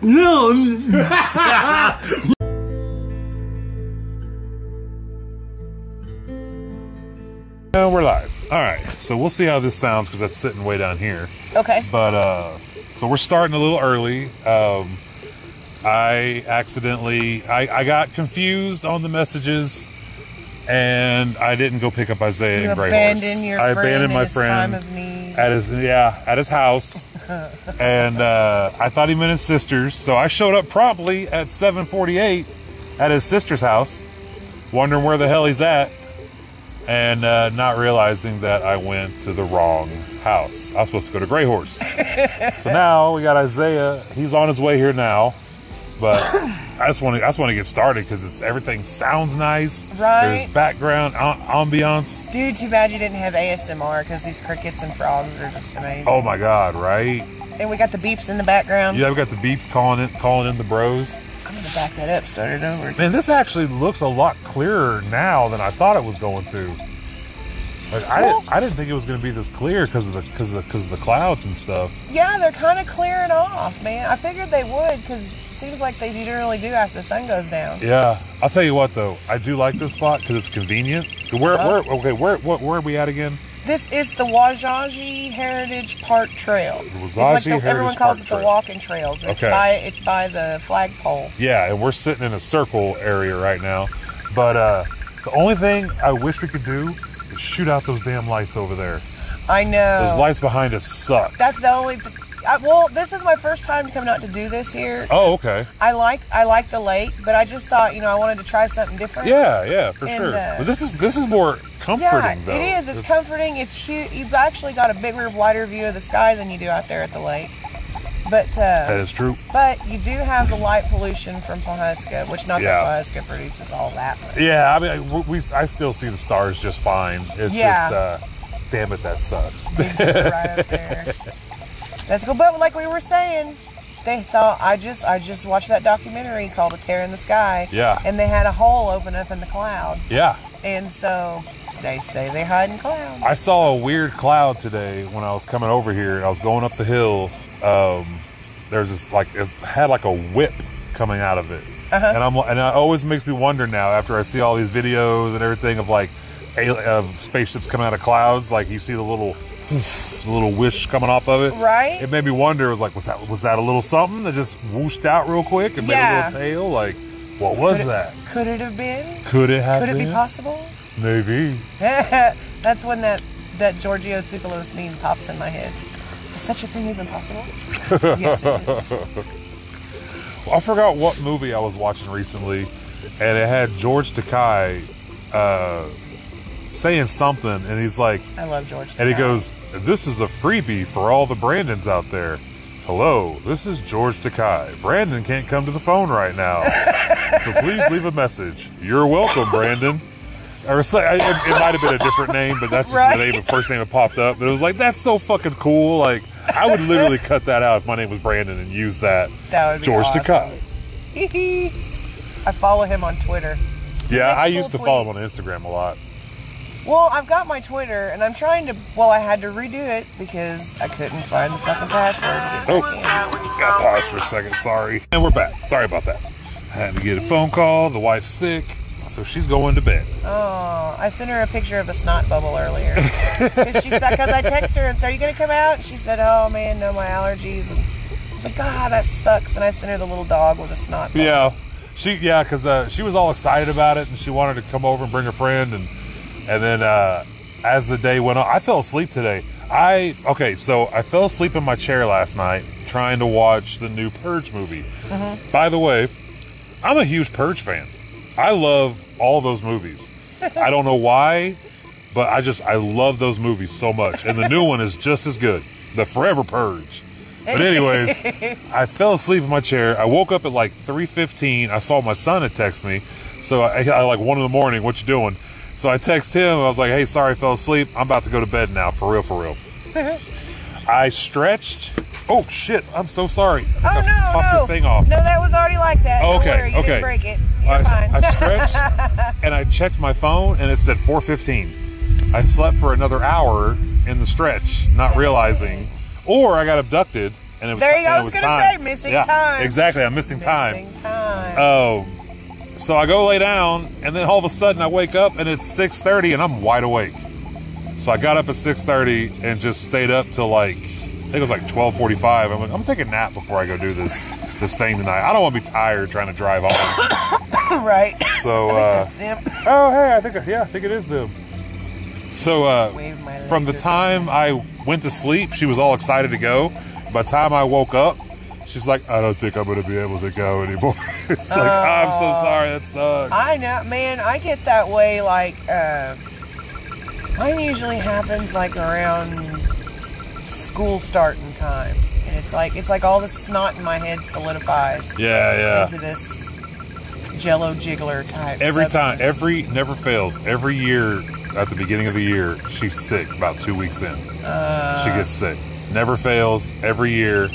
No. Uh, we're live. All right. So we'll see how this sounds because that's sitting way down here. Okay. But uh, so we're starting a little early. Um, I accidentally I, I got confused on the messages, and I didn't go pick up Isaiah You and Grey abandon Horse. your I friend abandoned in my his friend time of need. at his yeah at his house, and uh, I thought he meant his sister's. So I showed up promptly at 7:48 at his sister's house, wondering where the hell he's at, and uh, not realizing that I went to the wrong house. I was supposed to go to Grey Horse. so now we got Isaiah. He's on his way here now, but. I just want to. I just want to get started because it's everything sounds nice. Right. There's background am- ambiance. Dude, too bad you didn't have ASMR because these crickets and frogs are just amazing. Oh my God! Right. And we got the beeps in the background. Yeah, we got the beeps calling in, calling in the bros. I'm gonna back that up, start it over. Man, this actually looks a lot clearer now than I thought it was going to. Like I, didn't, I didn't think it was going to be this clear because of the because of because of the clouds and stuff. Yeah, they're kind of clearing off, man. I figured they would because seems like they generally do after the sun goes down. Yeah, I'll tell you what though, I do like this spot because it's convenient. Where, where, okay, where, what, where are we at again? This is the Wajaji Heritage Park Trail. it's Wajaji like the, everyone Heritage Park calls it Trail. the walking trails. It's Okay. by it's by the flagpole. Yeah, and we're sitting in a circle area right now. But uh, the only thing I wish we could do is shoot out those damn lights over there. I know. Those lights behind us suck. That's the only. Th- I, well, this is my first time coming out to do this here. Oh, okay. I like I like the lake, but I just thought you know I wanted to try something different. Yeah, yeah, for And, sure. uh, but this is this is more Yeah, comforting though. it is. It's comforting. It's huge. You've actually got a bigger, wider view of the sky than you do out there at the lake. But that uh, is true. but you do have the light pollution from Pawhuska, which not Yeah. that Pawhuska produces all that. But Yeah, I mean, we, we I still see the stars just fine. It's Yeah. just, uh, damn it, that sucks. it's right up there. Let's go. But like we were saying, they thought I just I just watched that documentary called A Tear in the Sky. Yeah. And they had a hole open up in the cloud. yeah, And so they say they hide in clouds. I saw a weird cloud today when I was coming over here, and I was going up the hill. Um, there's this like it had like a whip coming out of it, Uh-huh. and I'm and it always makes me wonder now after I see all these videos and everything of like al- of spaceships coming out of clouds, like you see the little. little wish coming off of it Right? it made me wonder it was like was that was that a little something that just whooshed out real quick and Yeah. made a little tail like what was Could it- that Could it have been? could it have Could it be been? possible? maybe That's when that that Giorgio Tsoukalos meme pops in my head. Is such a thing even possible? yes, it is. I forgot what movie I was watching recently, and it had George Takai uh, saying something, and he's like, I love George. and he Takei. goes, "This is a freebie for all the Brandons out there." Hello, this is George Takai. Brandon can't come to the phone right now, so please leave a message. You're welcome, Brandon. Or so- I- it, it might have been a different name, but that's just Right. the name. The first name that popped up, but it was like that's so fucking cool. Like I would literally cut that out if my name was Brandon and use that. That would be George awesome. Takai. Hee hee. I follow him on Twitter. Yeah, Makes I cool used to follow him tweets. on Instagram a lot. Well, I've got my Twitter, and I'm trying to. Well, I had to redo it because I couldn't find the fucking password. Oh, got paused for a second. Sorry. And we're back. Sorry about that. had to get a phone call. The wife's sick, so she's going to bed. Oh, I sent her a picture of a snot bubble earlier. Because I texted her and said, Are you going to come out? And she said, Oh, man, no, my allergies. And I was like, God, that sucks. And I sent her the little dog with a snot bubble. Yeah, she yeah, because uh, she was all excited about it, and she wanted to come over and bring a friend, and and then uh, as the day went on, I fell asleep today. I okay, so I fell asleep in my chair last night trying to watch the new Purge movie. By the way, I'm a huge Purge fan. I love all those movies. I don't know why, but I just I love those movies so much, and the new one is just as good, the Forever Purge. But anyways, I fell asleep in my chair. I woke up at like 3:15. I saw my son had texted me, so I, I like one in the morning. What you doing? So I text him. I was like, Hey, sorry, I fell asleep. I'm about to go to bed now. For real, for real. I stretched. Oh shit! I'm so sorry. I think Oh, I no, popped no. the thing off. No, that was already like that. Don't Okay, worry, you okay. didn't break it. You're I, fine. I stretched and I checked my phone and it said 4:15. I slept for another hour in the stretch, not realizing, or I got abducted and it was There you go. and I it was gonna say, missing time. Exactly, I'm missing, time. Missing time. Oh, so I go lay down, and then all of a sudden I wake up, and it's 6:30, and I'm wide awake. So I got up at 6:30 and just stayed up till like I think it was like 12:45. I'm like, I'm taking a nap before I go do this this thing tonight. I don't want to be tired trying to drive on. right. So. Uh, That's them. Oh, hey, I think yeah, I think it is them. So Wave my uh, from the leg. time I went to sleep, she was all excited to go. By the time I woke up, she's like, "I don't think I'm going to be able to go anymore." it's like I'm Oh. so sorry. That sucks. I know, man. I get that way. Like, uh, mine usually happens like around school starting time, and it's like it's like all the snot in my head solidifies yeah, into yeah. this Jello jiggler type. Every time, substance. every never fails. Every year at the beginning of the year, she's sick. About two weeks in, she Uh. gets sick. Never fails. Every year,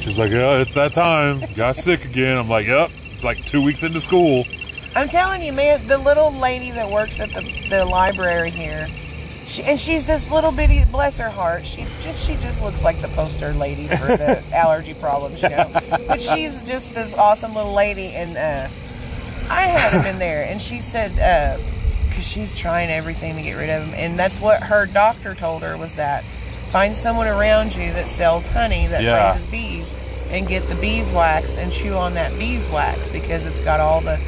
she's like, "Yeah, it's that time. Got sick again." I'm like, "Yep." It's like two weeks into school. I'm telling you, man, the little lady that works at the, the library here, she, and she's this little bitty, bless her heart, she just she just looks like the poster lady for the allergy problems, you know. But she's just this awesome little lady, and uh, I had him in there, and she said, because she's trying everything to get rid of him, and that's what her doctor told her was that find someone around you that sells honey that Yeah. raises bees, and get the beeswax and chew on that beeswax because it's got all the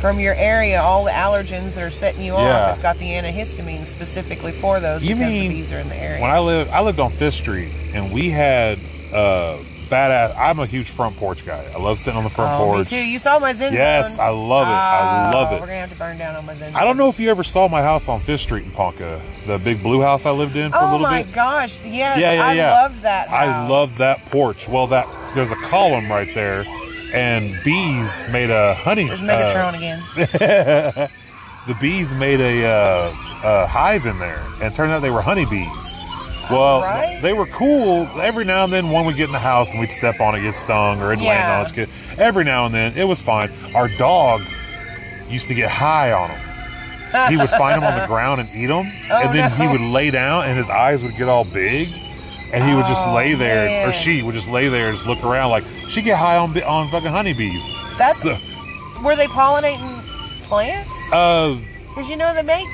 from your area all the allergens that are setting you Yeah. off. It's got the antihistamines specifically for those You because mean- the bees are in the area. when I lived, I lived on Fifth Street, and we had uh, badass. I'm a huge front porch guy. I love sitting on the front oh, me porch. too. You saw my Zen Yes, zone. I love it. I Oh, love it. We're gonna have to burn down on my Zen. I zone. don't know if you ever saw my house on Fifth Street in Ponca, the big blue house I lived in for a Oh little my bit. gosh! Yes, Yeah, yeah, I yeah. love that. House. I love that porch. Well, that there's a column right there, and bees made a honey. There's uh, Megatron again. the bees made a, uh, a hive in there, and it turned out they were honeybees. Well, Alright. they were cool. Every now and then, one would get in the house and we'd step on it, get stung, or it'd land Yeah. on us. Get, every now and then, it was fine. Our dog used to get high on them. He would find them on the ground and eat them, and then he Oh, no. would lay down, and his eyes would get all big, and he would just Oh, lay there, or man. she would just lay there and just look around like she get high on on fucking honeybees. That's So, were they pollinating plants? uh, Because you know they make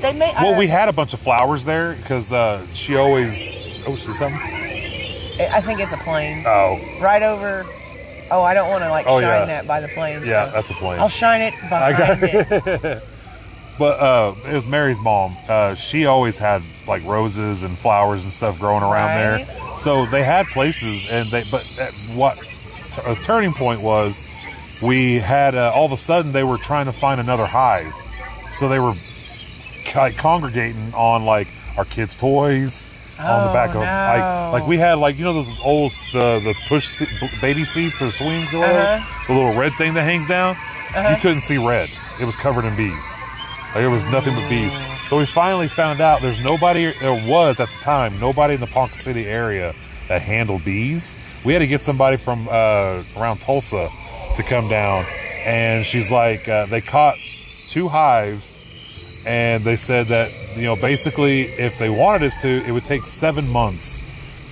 they make. Well, uh, we had a bunch of flowers there because uh, she always. Oh, she's something. I think it's a plane. Oh, right over. Oh, I don't want to like Oh, shine yeah. that by the plane. Yeah, so that's a plane. I'll shine it behind got- it. but uh, it was Mary's mom. Uh, she always had like roses and flowers and stuff growing around Right. there. So they had places, and they. But at what a turning point was, we had uh, all of a sudden they were trying to find another hive, so they were like congregating on like our kids' toys. on the Oh, back of no. like like we had like you know those old the the push se- baby seats or swings or whatever, Uh-huh. the little red thing that hangs down. You couldn't see red; it was covered in bees. Like it was nothing but bees. Mm. So we finally found out there's nobody. There was at the time nobody in the Ponca City area that handled bees. We had to get somebody from uh, around Tulsa to come down, and she's like, uh, they caught two hives and they said that you know basically if they wanted us to it would take seven months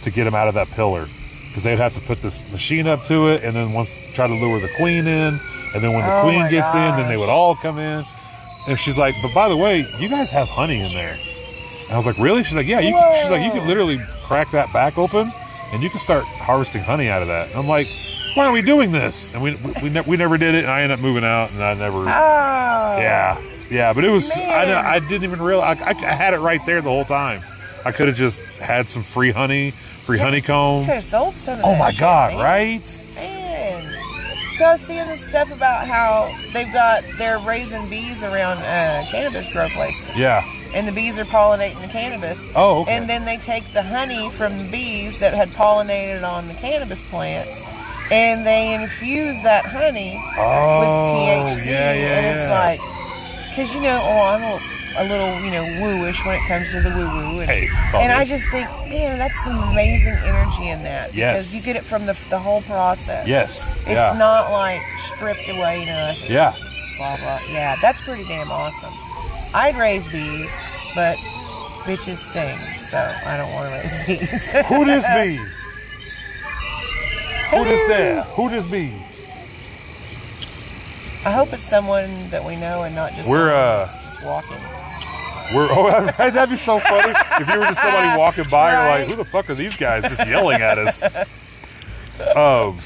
to get them out of that pillar because they'd have to put this machine up to it and then once try to lure the queen in and then when the Oh queen my gets in then they gosh. would all come in and she's like but by the way you guys have honey in there and i was like really she's like yeah you can, she's like you Whoa. can literally crack that back open and you can start harvesting honey out of that and i'm like why are we doing this and we we, we, ne- we never did it and i ended up moving out and i never Oh, yeah, yeah, but it was. I, Man. I didn't even realize I, I had it right there the whole time. I could have just had some free honey, free honeycomb. Could have sold some of Oh that my shit, god! man. Right? Man. So I was seeing this stuff about how they've got they're raising bees around uh, cannabis grow places. Yeah. And the bees are pollinating the cannabis. Oh, okay. And then they take the honey from the bees that had pollinated on the cannabis plants, and they infuse that honey with Oh, THC, yeah, yeah, and it's yeah. like, because you know, oh, I'm a, a little, you know, woo-ish when it comes to the woo-woo, and, Hey, it's all and I good. just think, man, that's some amazing energy in that. Yes. because you get it from the the whole process. Yes. it's yeah. not like stripped away nothing. Yeah. Blah blah. Yeah, that's pretty damn awesome. I'd raise bees, but bitches sting, so I don't want to raise bees. Who this be? Who this there? Who this be? I hope it's someone that we know and not just We're, someone uh, that's just walking. We're oh, that'd be so funny if you were just somebody walking by. You're like, Right. who the fuck are these guys just yelling at us? Um,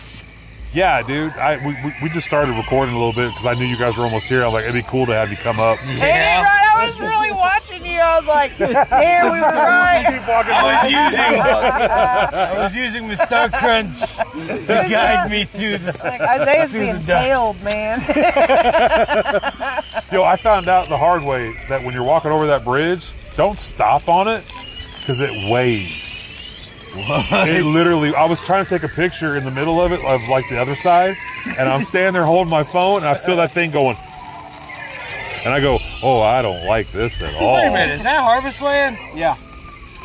yeah, dude. I we, we, we just started recording a little bit because I knew you guys were almost here. I'm like, it'd be cool to have you come up. Hey, right? I was really watching you. I was like, damn, we were right. Keep walking by. I was using I was using the stock crunch to guide me through the Like, Isaiah's Through the being dark. tailed, man. Yo, I found out the hard way that when you're walking over that bridge, don't stop on it because it weighs. It literally, I was trying to take a picture in the middle of it, of like the other side, and I'm standing there holding my phone, and I feel that thing going. And I go, oh, I don't like this at all. Wait a minute, is that harvest land? Yeah.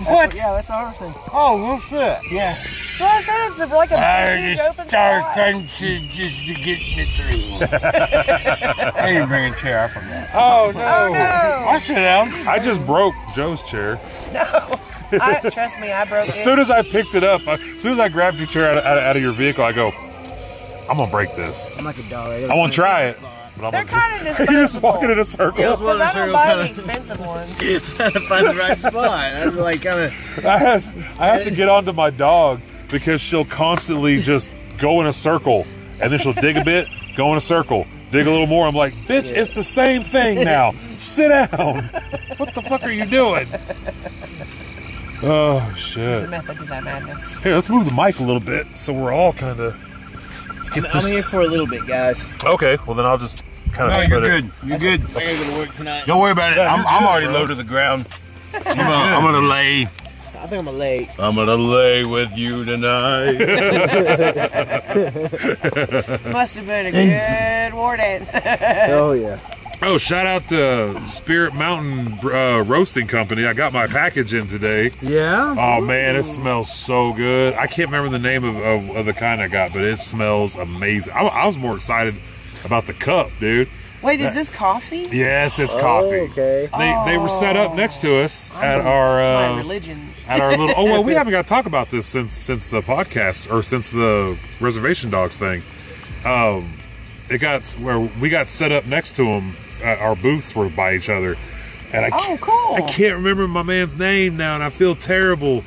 What? Yeah, that's the hardest thing. Oh, well, shit. Yeah. So I said it's like a I huge just open star spot. crunching just to get me through. I didn't bring a chair, I forgot. Oh no! Oh no! I'll sit down. I just broke Joe's chair. I, trust me, I broke As soon it. as I picked it up, as soon as I grabbed your chair out of, out of, out of your vehicle, I go, I'm gonna break this. I'm like a dog. I want to try it, but I'm They're gonna. kind of You're just walking disposable. in a circle. Yeah, Because I don't buy the expensive ones. trying to find the right spot. I'm like kind of. I have, I have to get onto my dog because she'll constantly just go in a circle and then she'll dig a bit, go in a circle, dig a little more. I'm like, bitch, it's the same thing now. Sit down. What the fuck are you doing? Oh, There's a shit. method to that madness. Here, let's move the mic a little bit so we're all kind of. Let's get I'm here this. for a little bit, guys. Okay, well, then I'll just kind No, of you're good. You're good. I gotta go to work tonight. Don't worry about it. Yeah, I'm, you're I'm good, already bro. low to the ground. I'm gonna, I'm gonna lay. I think I'm a late. Uh, I'm gonna lay with you tonight. Must have been a good war dance. Oh yeah. Oh, shout out to Spirit Mountain uh, Roasting Company. I got my package in today. Yeah. Oh man, it smells so good. I can't remember the name of, of, of the kind I got, but it smells amazing. I, I was more excited about the cup, dude. Wait, is this coffee? Yes, it's coffee. okay. They, they were set up next to us at Oh, our it's my uh, religion. at our little. Oh well, we haven't got to talk about this since since the podcast or since the reservation dogs thing. Um, it got where we got set up next to them. Uh, our booths were by each other, and I Oh, can't- cool. I can't remember my man's name now, and I feel terrible.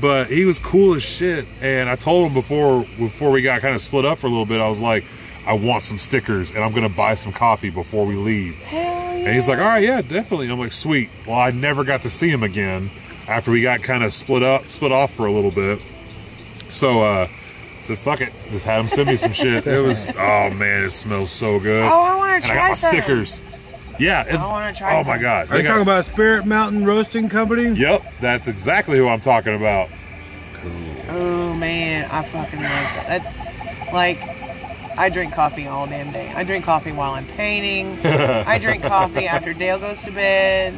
But he was cool as shit, and I told him before before we got kind of split up for a little bit. I was like, I want some stickers, and I'm gonna buy some coffee before we leave. Hell yeah. And he's like, all right, yeah, definitely. And I'm like, sweet. Well, I never got to see him again after we got kind of split up, split off for a little bit. So uh, I said, fuck it. Just had him send me some shit. It was, oh man, it smells so good. Oh, I wanna And I try got my some. stickers. Yeah. It, I wanna try Oh my some. Are god. you They talking got- about Spirit Mountain Roasting Company? Yep, that's exactly who I'm talking about. Oh man, I fucking love that. That's like I drink coffee all damn day. I drink coffee while I'm painting. I drink coffee after Dale goes to bed.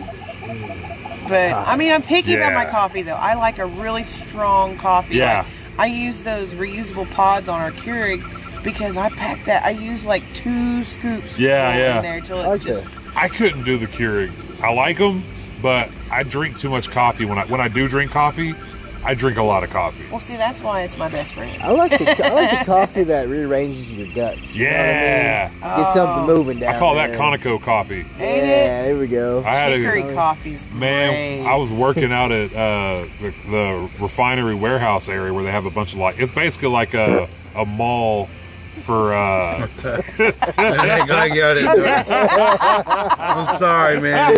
But I mean, I'm picky about my Ah, Yeah. coffee though. I like a really strong coffee. Yeah. Like, I use those reusable pods on our Keurig because I pack that. I use like two scoops. Yeah, full yeah. In there till it's Okay. just I couldn't do the Keurig. I like them, but I drink too much coffee. When I when I do drink coffee, I drink a lot of coffee. well. See, that's why it's my best friend. I like the I like the coffee that rearranges your guts. you know what I Yeah. Oh, mean? Get something moving down. I call that there. Conoco coffee. Ain't Yeah, there we go. I had a Hickory coffee's man. great. I was working out at uh, the, the refinery warehouse area where they have a bunch of like it's basically like a a mall for uh, I glad you got it. I'm sorry, man.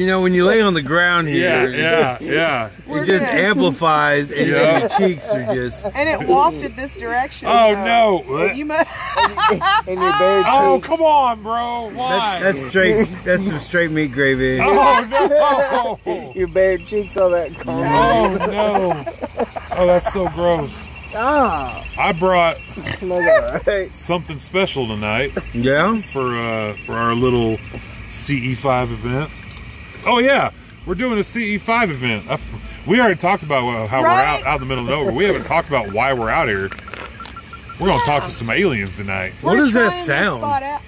you know, when you lay on the ground yeah here, yeah yeah. it just amplifies, and Yeah. your cheeks are just. and it wafted this direction. Oh so- no! You must. And your bare Oh cheeks. come on, bro! Why? That's straight. That's some straight meat gravy. oh no! Your bare cheeks, all that. Coffee. Oh no! Oh, that's so gross. Ah, I brought smells all right. something special tonight. Yeah. for uh, for our little CE5 event. Oh yeah, we're doing a CE5 event. I f we already talked about uh, how we're out Right? out in the middle of nowhere. We haven't talked about why we're out here. We're gonna talk to some aliens tonight. What We're does that trying to sound? spot out-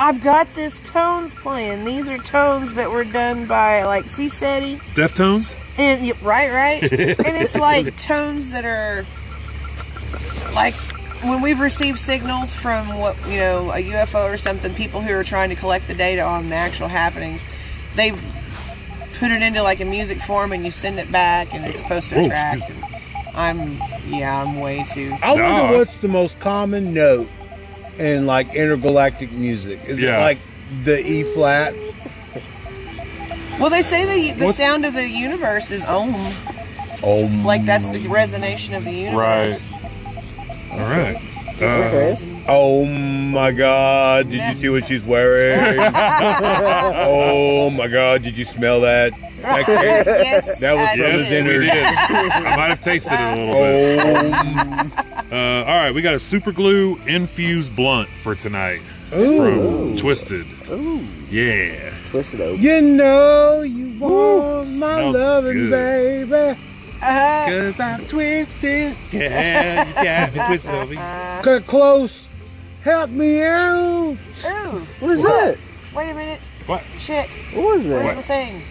I've got this tones playing. These are tones that were done by like C SETI. Deftones? And y- right, right. and it's like tones that are like when we've received signals from what you know a UFO or something, people who are trying to collect the data on the actual happenings, they put it into like a music form and you send it back and it's supposed to Oh, Whoa, track. excuse me. I'm yeah, I'm way too. I Nah. wonder what's the most common note in like intergalactic music. Is Yeah. it like the E flat? Well, they say the the What's- sound of the universe is ohm. Oh, Like that's the resonation of the Right. universe. All right. Chris? oh my God! Did you see what she's wearing? oh my God! Did you smell that? That came- yes. That was I from the Yes, did. dinner. we did. I might have tasted it a little bit. Oh. Uh, all right, we got a super glue infused blunt for tonight from Twisted. Ooh, Yeah. twisted open. You know you want my smells loving, baby. Uh-huh. Cause I'm twisted. Yeah, you got me twisted over. Cut close. Help me out. Ooh, What is that? wait a minute. What? Shit. What was that? Where's What? the thing?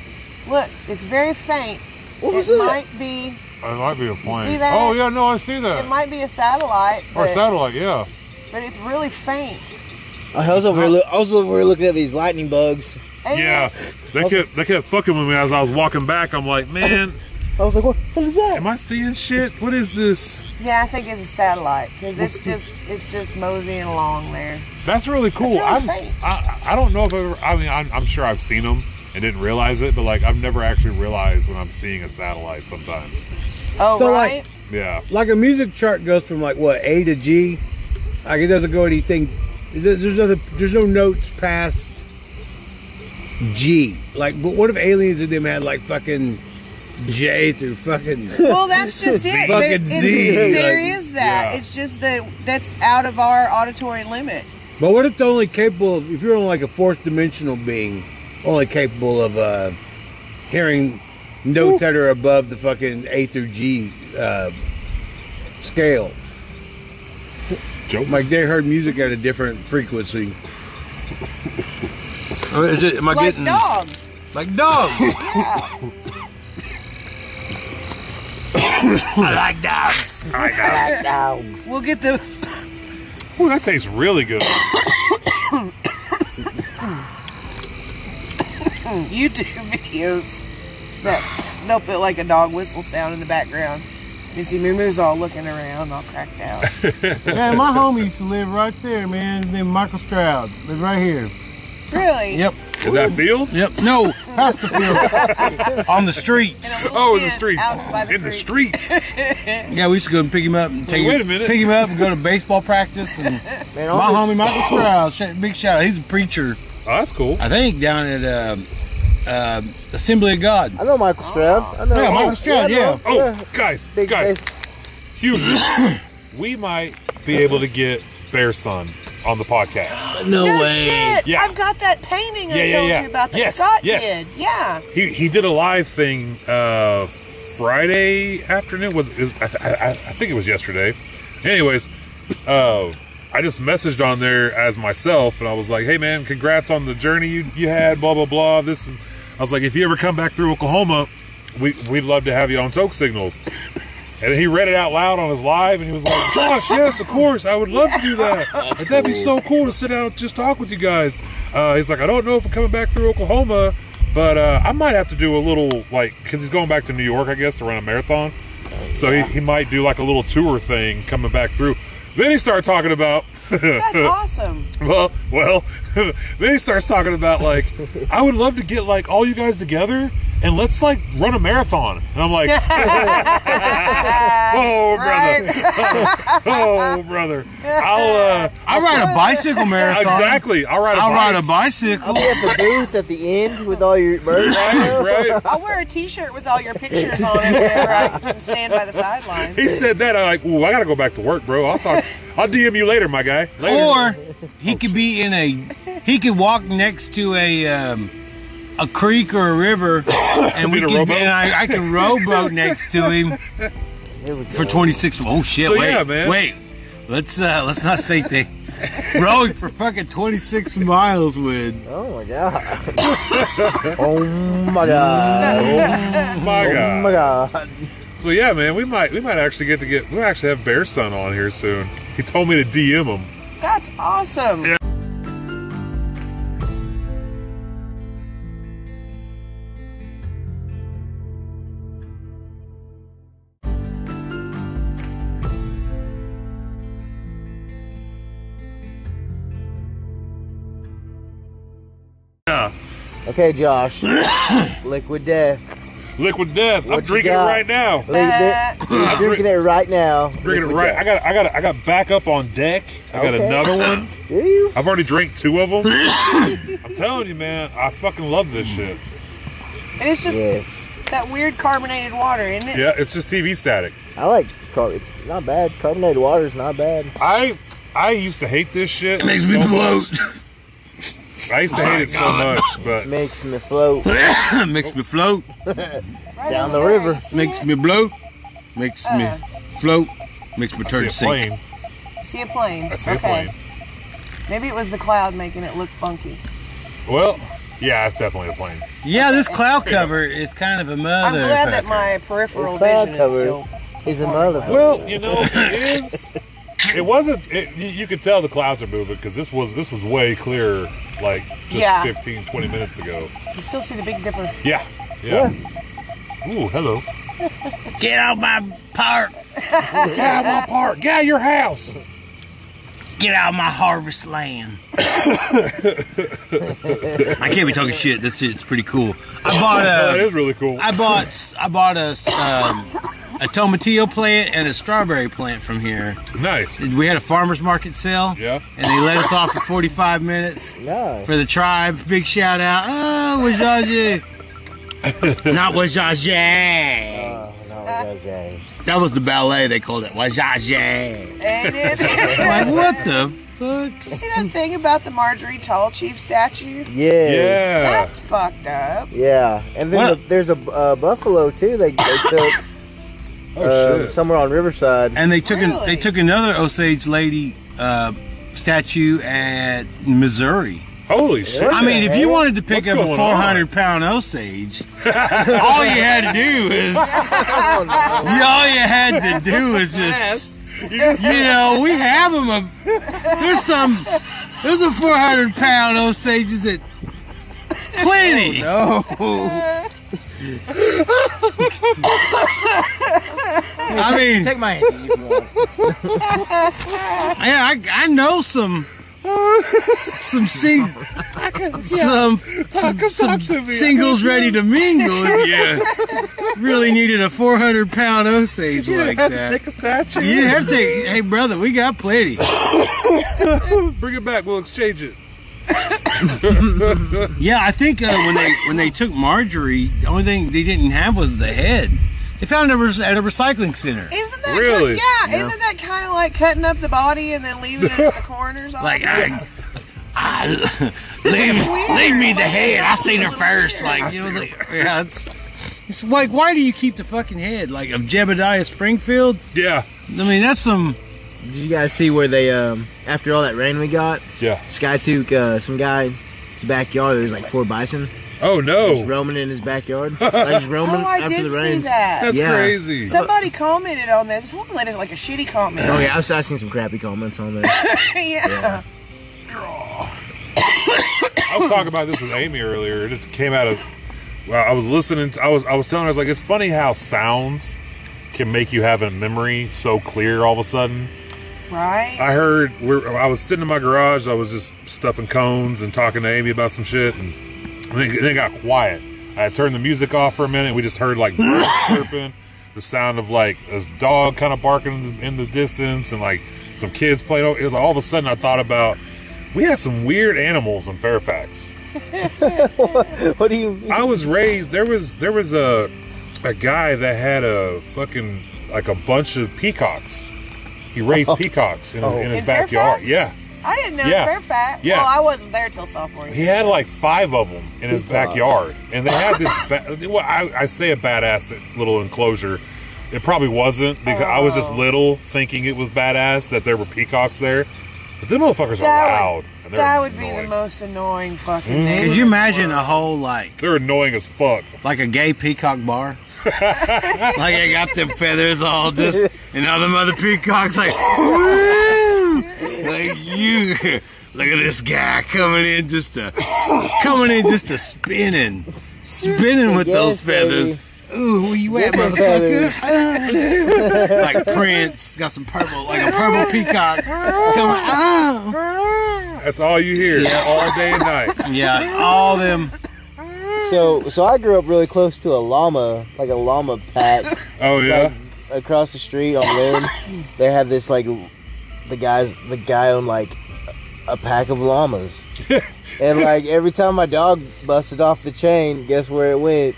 Look, it's very faint. What was it that? might be I might be a plane. see that? Oh yeah, no, I see that. it might be a satellite, or but, satellite, yeah. but it's really faint. I was over here. Look, I was over here looking at these lightning bugs. Ain't Yeah. it? They kept they kept fucking with me as I was walking back. I'm like, man, I was like, what? What is that? am I seeing shit? What is this? Yeah, I think it's a satellite because it's just it's just moseying along there. That's really cool. really I'm- faint. I, I don't know if I've ever, I mean, I'm, I'm sure I've seen them and didn't realize it, but like I've never actually realized when I'm seeing a satellite sometimes. Oh So, like- right. Yeah. Like a music chart goes from like what A to G. Like it doesn't go anything. There's there's nothing. There's no notes past G. Like, but what if aliens and them had like fucking J through fucking? well, that's just it. Fucking There- it- Z, there like, is that. yeah. It's just that that's out of our auditory limit. But what if they're only capable of, if you're only like a fourth dimensional being, only capable of uh, hearing notes that are above the fucking A through G uh, scale? Joke. Like they heard music at a different frequency. Or is it, am I like getting. dogs. Like dog! Yeah. I like dogs. I like dogs. we'll get those. Ooh, that tastes really good. YouTube videos that they'll put like a dog whistle sound in the background. You see Mumu's all looking around, all cracked out. man, my homie used to live right there, man. His name Michael Stroud. Live right here. Really? Did that feel? Yep. No, past the field. On the In streets. a little Oh, in the tent streets. out by in the creek. streets. Yeah, we used to go and pick him up and take Wait him, a minute. pick him up and go to baseball practice. And Man, my all homie this- Michael Stroud, sh- big shout out. He's a preacher, Oh, that's cool. I think, down at uh, uh, Assembly of God. I know Michael Stroud. I know. Yeah, Michael Oh, Stroud, I know. Oh, guys, Big guys, face. huge. we might be able to get Bear Sun on the podcast. No, No way. shit! Yeah. I've got that painting Yeah, I yeah, told yeah. you about that Yes, Scott yes. did. Yeah. He he did a live thing uh, Friday afternoon. Was is I, th- I, I I think it was yesterday. Anyways, uh, I just messaged on there as myself, and I was like, "Hey man, congrats on the journey you, you had." Blah blah blah. This, and I was like, if you ever come back through Oklahoma, we we'd love to have you on Toke Signals. And he read it out loud on his live, and he was like, "Gosh, yes, of course, I would love to do that. But that'd be so cool to sit down and just talk with you guys." Uh, he's like, "I don't know if I'm coming back through Oklahoma, but uh, I might have to do a little like because he's going back to New York, I guess, to run a marathon. So he, he might do like a little tour thing coming back through." Then he started talking about That's awesome. well, well, then he starts talking about like, I would love to get like all you guys together and let's like run a marathon. And I'm like, oh brother, oh brother, I'll uh, I ride a bicycle marathon. exactly, I'll ride a I ride a bike. bicycle. I'll be at the booth at the end with all your merch. right. I'll wear a T-shirt with all your pictures on it whenever I can stand by the sidelines. He said that. I'm like, ooh, I gotta go back to work, bro. I'll talk. I'll DM you later, my guy. Later. Or he could be in a, he could walk next to a, um, a creek or a river, and we Be the could, rowboat? and I, I can rowboat next to him. Here we go. for 26 oh shit So, wait yeah, man. wait let's uh let's not say thing Rowing for fucking 26 miles with. Oh my god. oh my god. Oh my Oh my god! god. So yeah, man, we might we might actually get to get we might actually have Bear Son on here soon. He told me to DM him. That's awesome. Yeah. Yeah, Okay, Josh. Liquid death. liquid death. What I'm you drinking it got? right now. Liquid Uh, death. You're drinking it right now. Drinking it Liquid right. death. I got I got I got back up on deck. I got Okay. another one. Do you? I've already drank two of them. I'm telling you, man, I fucking love this shit. And it's just Yes. that weird carbonated water, isn't it? Yeah, it's just TV static. I like car. It's not bad. Carbonated water is not bad. I I used to hate this shit. Makes me so bloat. much. I used to hate it so much, but Makes me float. makes me float. Right Down over the there, river. you see Makes it? me bloat. Makes me Uh. float. Makes me I see turn a sick. plane. See a plane. I see a okay. plane. Maybe it was the cloud making it look funky. Well, yeah, it's definitely a plane. Yeah, this cloud cover is kind of a I'm mother. glad that my peripheral It's cloud vision covered. is still. He's a motherfucker. Well, you know, it is. It wasn't. It, you- you could tell the clouds are moving because this was this was way clearer, like just Yeah. 15, 20 minutes ago. You still see the Big Dipper. Yeah, yeah. Ooh, hello. Get out my park. Get out of my park. Get out of your house. Get out my harvest land. I can't be talking shit. That's it. It's pretty cool. I bought that a. is really cool. I bought. I bought a um, a tomatillo plant and a strawberry plant from here. nice. We had a farmers market sale. Yeah. And they let us off for 45 minutes Nice. for the tribe. Big shout out. Oh, Wajaji. Not Wajaji. Oh, no, Uh, no, Jay. That was the ballet they called it. Wajaji. And it Like, what the fuck? you see that thing about the Marjorie Tall Chief statue? Yes. Yeah. That's fucked up. Yeah. And then What? the, there's a uh, buffalo too. They, they took Oh um, shit. somewhere on Riverside. And they took an, Really? they took another Osage lady uh, statue at Missouri. Uh, Holy shit. I mean, if you wanted to pick What's up a going on? 400 pound Osage, all you had to do is all you had to do is just you know we have them. A, there's some there's a 400 pound Osages that plenty. Oh, I mean, Take my hand. Yeah, I, I know some some sing, some, some, some singles ready to mingle. Yeah, really needed a 400 pound Osage like that. a statue. You have to. Hey, brother, we got plenty. Bring it back. We'll exchange it. Yeah, I think uh, when they when they took Marjorie, the only thing they didn't have was the head. They found it at a rec- at a recycling center. Isn't that Really? Kind yeah, Isn't that kind of like cutting up the body and then leaving it at the coroner's office? Like I, I leave, leave me the head. I seen her first. Like you know, like, yeah, it's, it's like why do you keep the fucking head like of Jebediah Springfield? Yeah. I mean that's some. Did you guys see where they um after all that rain we got, Yeah. Sky took uh, some guy. His backyard. There's like four bison Oh just no. roaming in his backyard. Like just roaming oh, I after did the see rains. that. That's Yeah. crazy. Somebody commented on that. Someone let it like a shitty comment. Oh yeah, I was I seen some crappy comments on that. yeah. I was talking about this with Amy earlier. It just came out of. Well, I was listening. To, I was. I was telling her. I was like, it's funny how sounds can make you have a memory so clear all of a sudden. Right? I heard. We're, I was sitting in my garage. I was just stuffing cones and talking to Amy about some shit, and then it, then it got quiet. I turned the music off for a minute. We just heard like birds chirping, the sound of like a dog kind of barking in the, in the distance, and like some kids playing. It was all of a sudden, I thought about we had some weird animals in Fairfax. what do you? I was raised. There was there was a a guy that had a fucking like a bunch of peacocks. He raised peacocks in, his in his Oh. In backyard. Fairfax? Yeah, I didn't know Yeah. Fairfax. Yeah. Well, I wasn't there till sophomore he year. had like five of them in his backyard, and they had this. Ba- well, I, I say a badass little enclosure. It probably wasn't because I was just Oh. little, thinking it was badass that there were peacocks there. But them motherfuckers are That loud. would, and they're that would be annoying. the most annoying fucking thing. Mm-hmm. Could you imagine a whole like They're annoying as fuck. like a gay peacock bar? like I got them feathers all just and all them other peacocks like "Woo!" like you look at this guy coming in just to coming in just to spinning. Spinning with Yes, those feathers. baby. Ooh, where you at, Yes, motherfucker? Ah. like Prince, got some purple, like a purple peacock. Coming, ah. That's all you hear all day and night. Yeah, all them. So, so I grew up really close to a llama, like a llama pack. Oh yeah. across the street on Lynn, they had this like the guys the guy owned like a pack of llamas. and like every time my dog busted off the chain, guess where it went?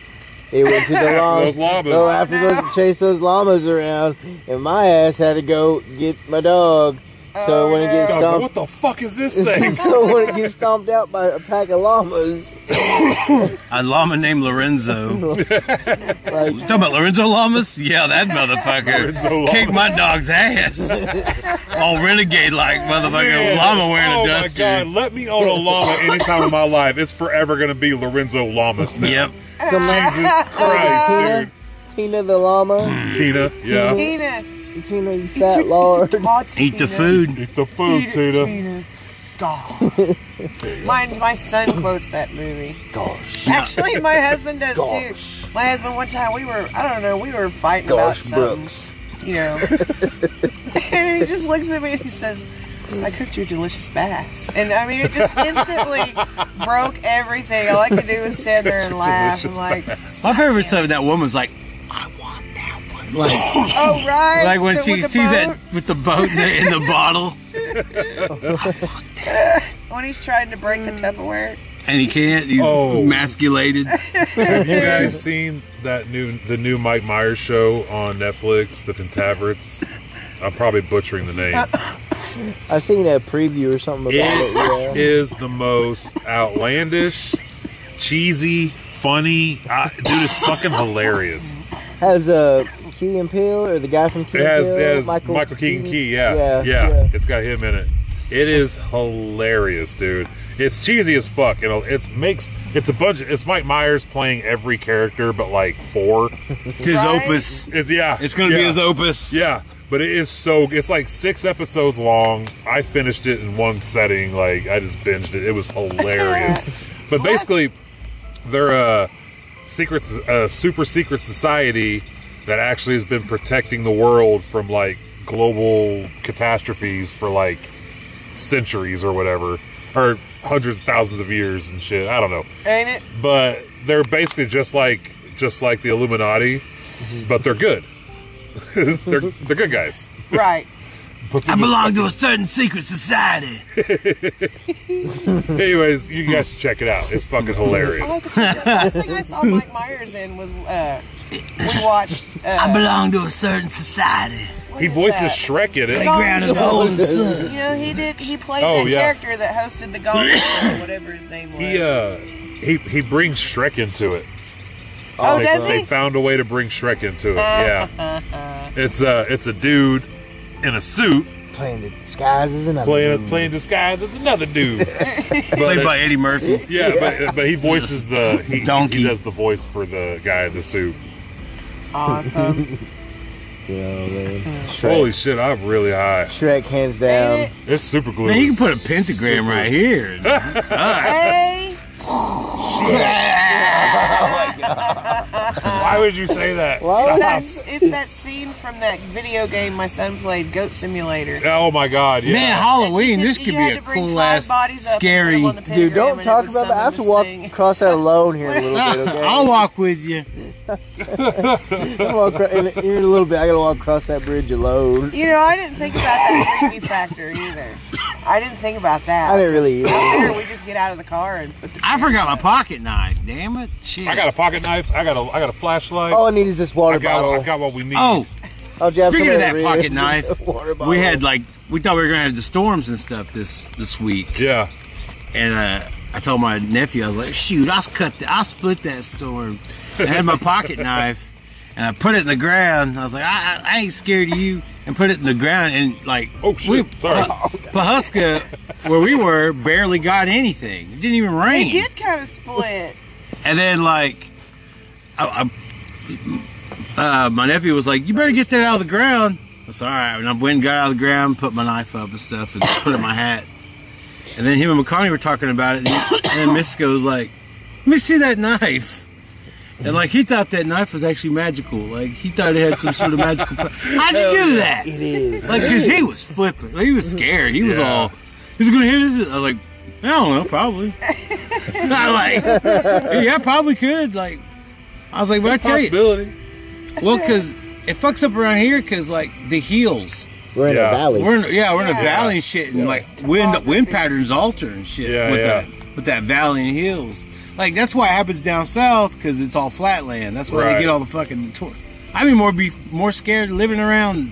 It went to the llamas. Those llamas. So after those chase those llamas around and my ass had to go get my dog so it wouldn't get I was like, stomped what the fuck is this thing? so it wouldn't get stomped out by a pack of llamas. A llama named Lorenzo. Like Talking about Lorenzo Llamas? Yeah, that motherfucker Lorenzo Llamas. kicked my dog's ass. All renegade like motherfucker, Man, llama wearing oh a my god! duster. Let me own a llama anytime in my life. It's forever gonna be Lorenzo Llamas now. Yep. come on, Jesus Oh, Christ, Tina, Tina the llama, dude. Tina, yeah. Tina, Tina you fat lord. tots, Eat the Tina. food. Eat the food, Eat it, Tina. Tina. God. my, my son quotes that movie. Gosh. Actually, my husband does Gosh. too. My husband, one time we were, I don't know, we were fighting Gosh about something, Brooks. you know. and he just looks at me and he says, I cooked you a delicious bass. And I mean, it just instantly broke everything. All I could do was stand there and laugh. and like, My favorite stuff that woman's like, I want that one. Like, oh, right. like when the- she with the sees that boat, with the boat in the, in the bottle When he's trying to break the Tupperware. and he can't, he's Oh. emasculated. Have you guys seen that new the new Mike Myers show on Netflix, The Pentaverates? I'm probably butchering the name. I seen a preview or something about it. Yeah. is the most outlandish, cheesy, funny. I, dude, it's fucking hilarious. Has a uh, Key and Peele or the guy from Key It and has, Peele, it has Michael, Keaton Key, yeah, yeah, It's got him in it. It is hilarious, dude. It's cheesy as fuck. You know, it's makes it's a bunch. Of, it's Mike Myers playing every character, but like four. It's his Right? opus. It's yeah. It's going to yeah. be his opus. Yeah, but it is so. It's like six episodes long. I finished it in one setting. Like I just binged it. It was hilarious. but basically, they're a secret, a super secret society that actually has been protecting the world from like global catastrophes for like centuries or whatever, or hundreds of thousands of years and shit. I don't know Ain't it? but they're basically just like just like the Illuminati, but they're good. they're they're good guys. Right. I belong to a certain secret society. Anyways, you guys should check it out. It's fucking hilarious. I like the Tupperware. Last thing I saw Mike Myers in was, uh, we watched. Uh, belong to a certain society. what He is voices that? Shrek in it. Playground of the golden sun. You know, he did. He played Oh, that yeah. character that hosted the Golden Show, whatever his name was. He uh he he brings Shrek into it. oh, They, does they he? found a way to bring Shrek into it. Yeah, it's uh it's a dude in a suit Playing the skies is another. playing movie. playing disguise as another dude. Played by Eddie Murphy. Yeah, but but he voices the he, Donkey. He does the voice for the guy in the suit. Awesome. Yeah, man. Shrek. Holy shit, I'm really high. Shrek, hands Ain't down. it? It's super glue. Man, you can put a pentagram right here. Hey, Why would you say that? Why Stop. that's it's that scene from that video game my son played, Goat Simulator. Oh my god, yeah. Man, Halloween, this could You be had a to bring cool five ass, bodies up and put scary. them on the pentagram Dude, don't and it talk would about that. I have to summon walk this thing. across that alone here in a little bit, okay? I'll walk with you. I'll walk acro- in, in a little bit. I gotta walk across that bridge alone. You know, I didn't think about that creepy factor either. I didn't think about that. I didn't really either. Later, we just get out of the car and put the. I forgot my pocket knife. Damn it! Shit. I got a pocket knife. I got a I got a flashlight. All I need is this water I got Oh, bottle. I got what we need. oh, I'll jab speaking some of the that wrist. pocket knife, water bottle. we had like we thought we were gonna have the storms and stuff this this week, Yeah. and uh, I told my nephew I was like, shoot, I'll cut, the, I'll split that storm. I had my pocket knife. And I put it in the ground. I was like, I, I, I ain't scared of you. and put it in the ground and like Oh, shit. Sorry. Pa- Pahuska, where we were, barely got anything. It didn't even rain. It did kind of split. And then like, I, I, uh, my nephew was like, "You better get that out of the ground." That's all right. And I went and got out of the ground, put my knife up and stuff, and put it in my hat. And then him and McConaughey were talking about it, and, he- and then Misco was like, "Let me see that knife." And like he thought that knife was actually magical. Like he thought it had some sort of magical. po- How'd you do that? It is. Like, cause he was flipping. Like, he was scared. He was Yeah. all, "Is it gonna hit?" This? I was like, "I don't know, probably." I like, yeah, I probably could. Like, I was like, "But I tell you, Possibility. well, cause it fucks up around here, cause like the hills. We're in Yeah. a valley. We're in, yeah, we're in a Yeah. valley and shit, and like wind wind patterns alter and shit Yeah, with yeah. that with that valley and hills. Like that's why it happens down south, cause it's all flat land. That's why Right. they get all the fucking tour. I'd be more be more scared living around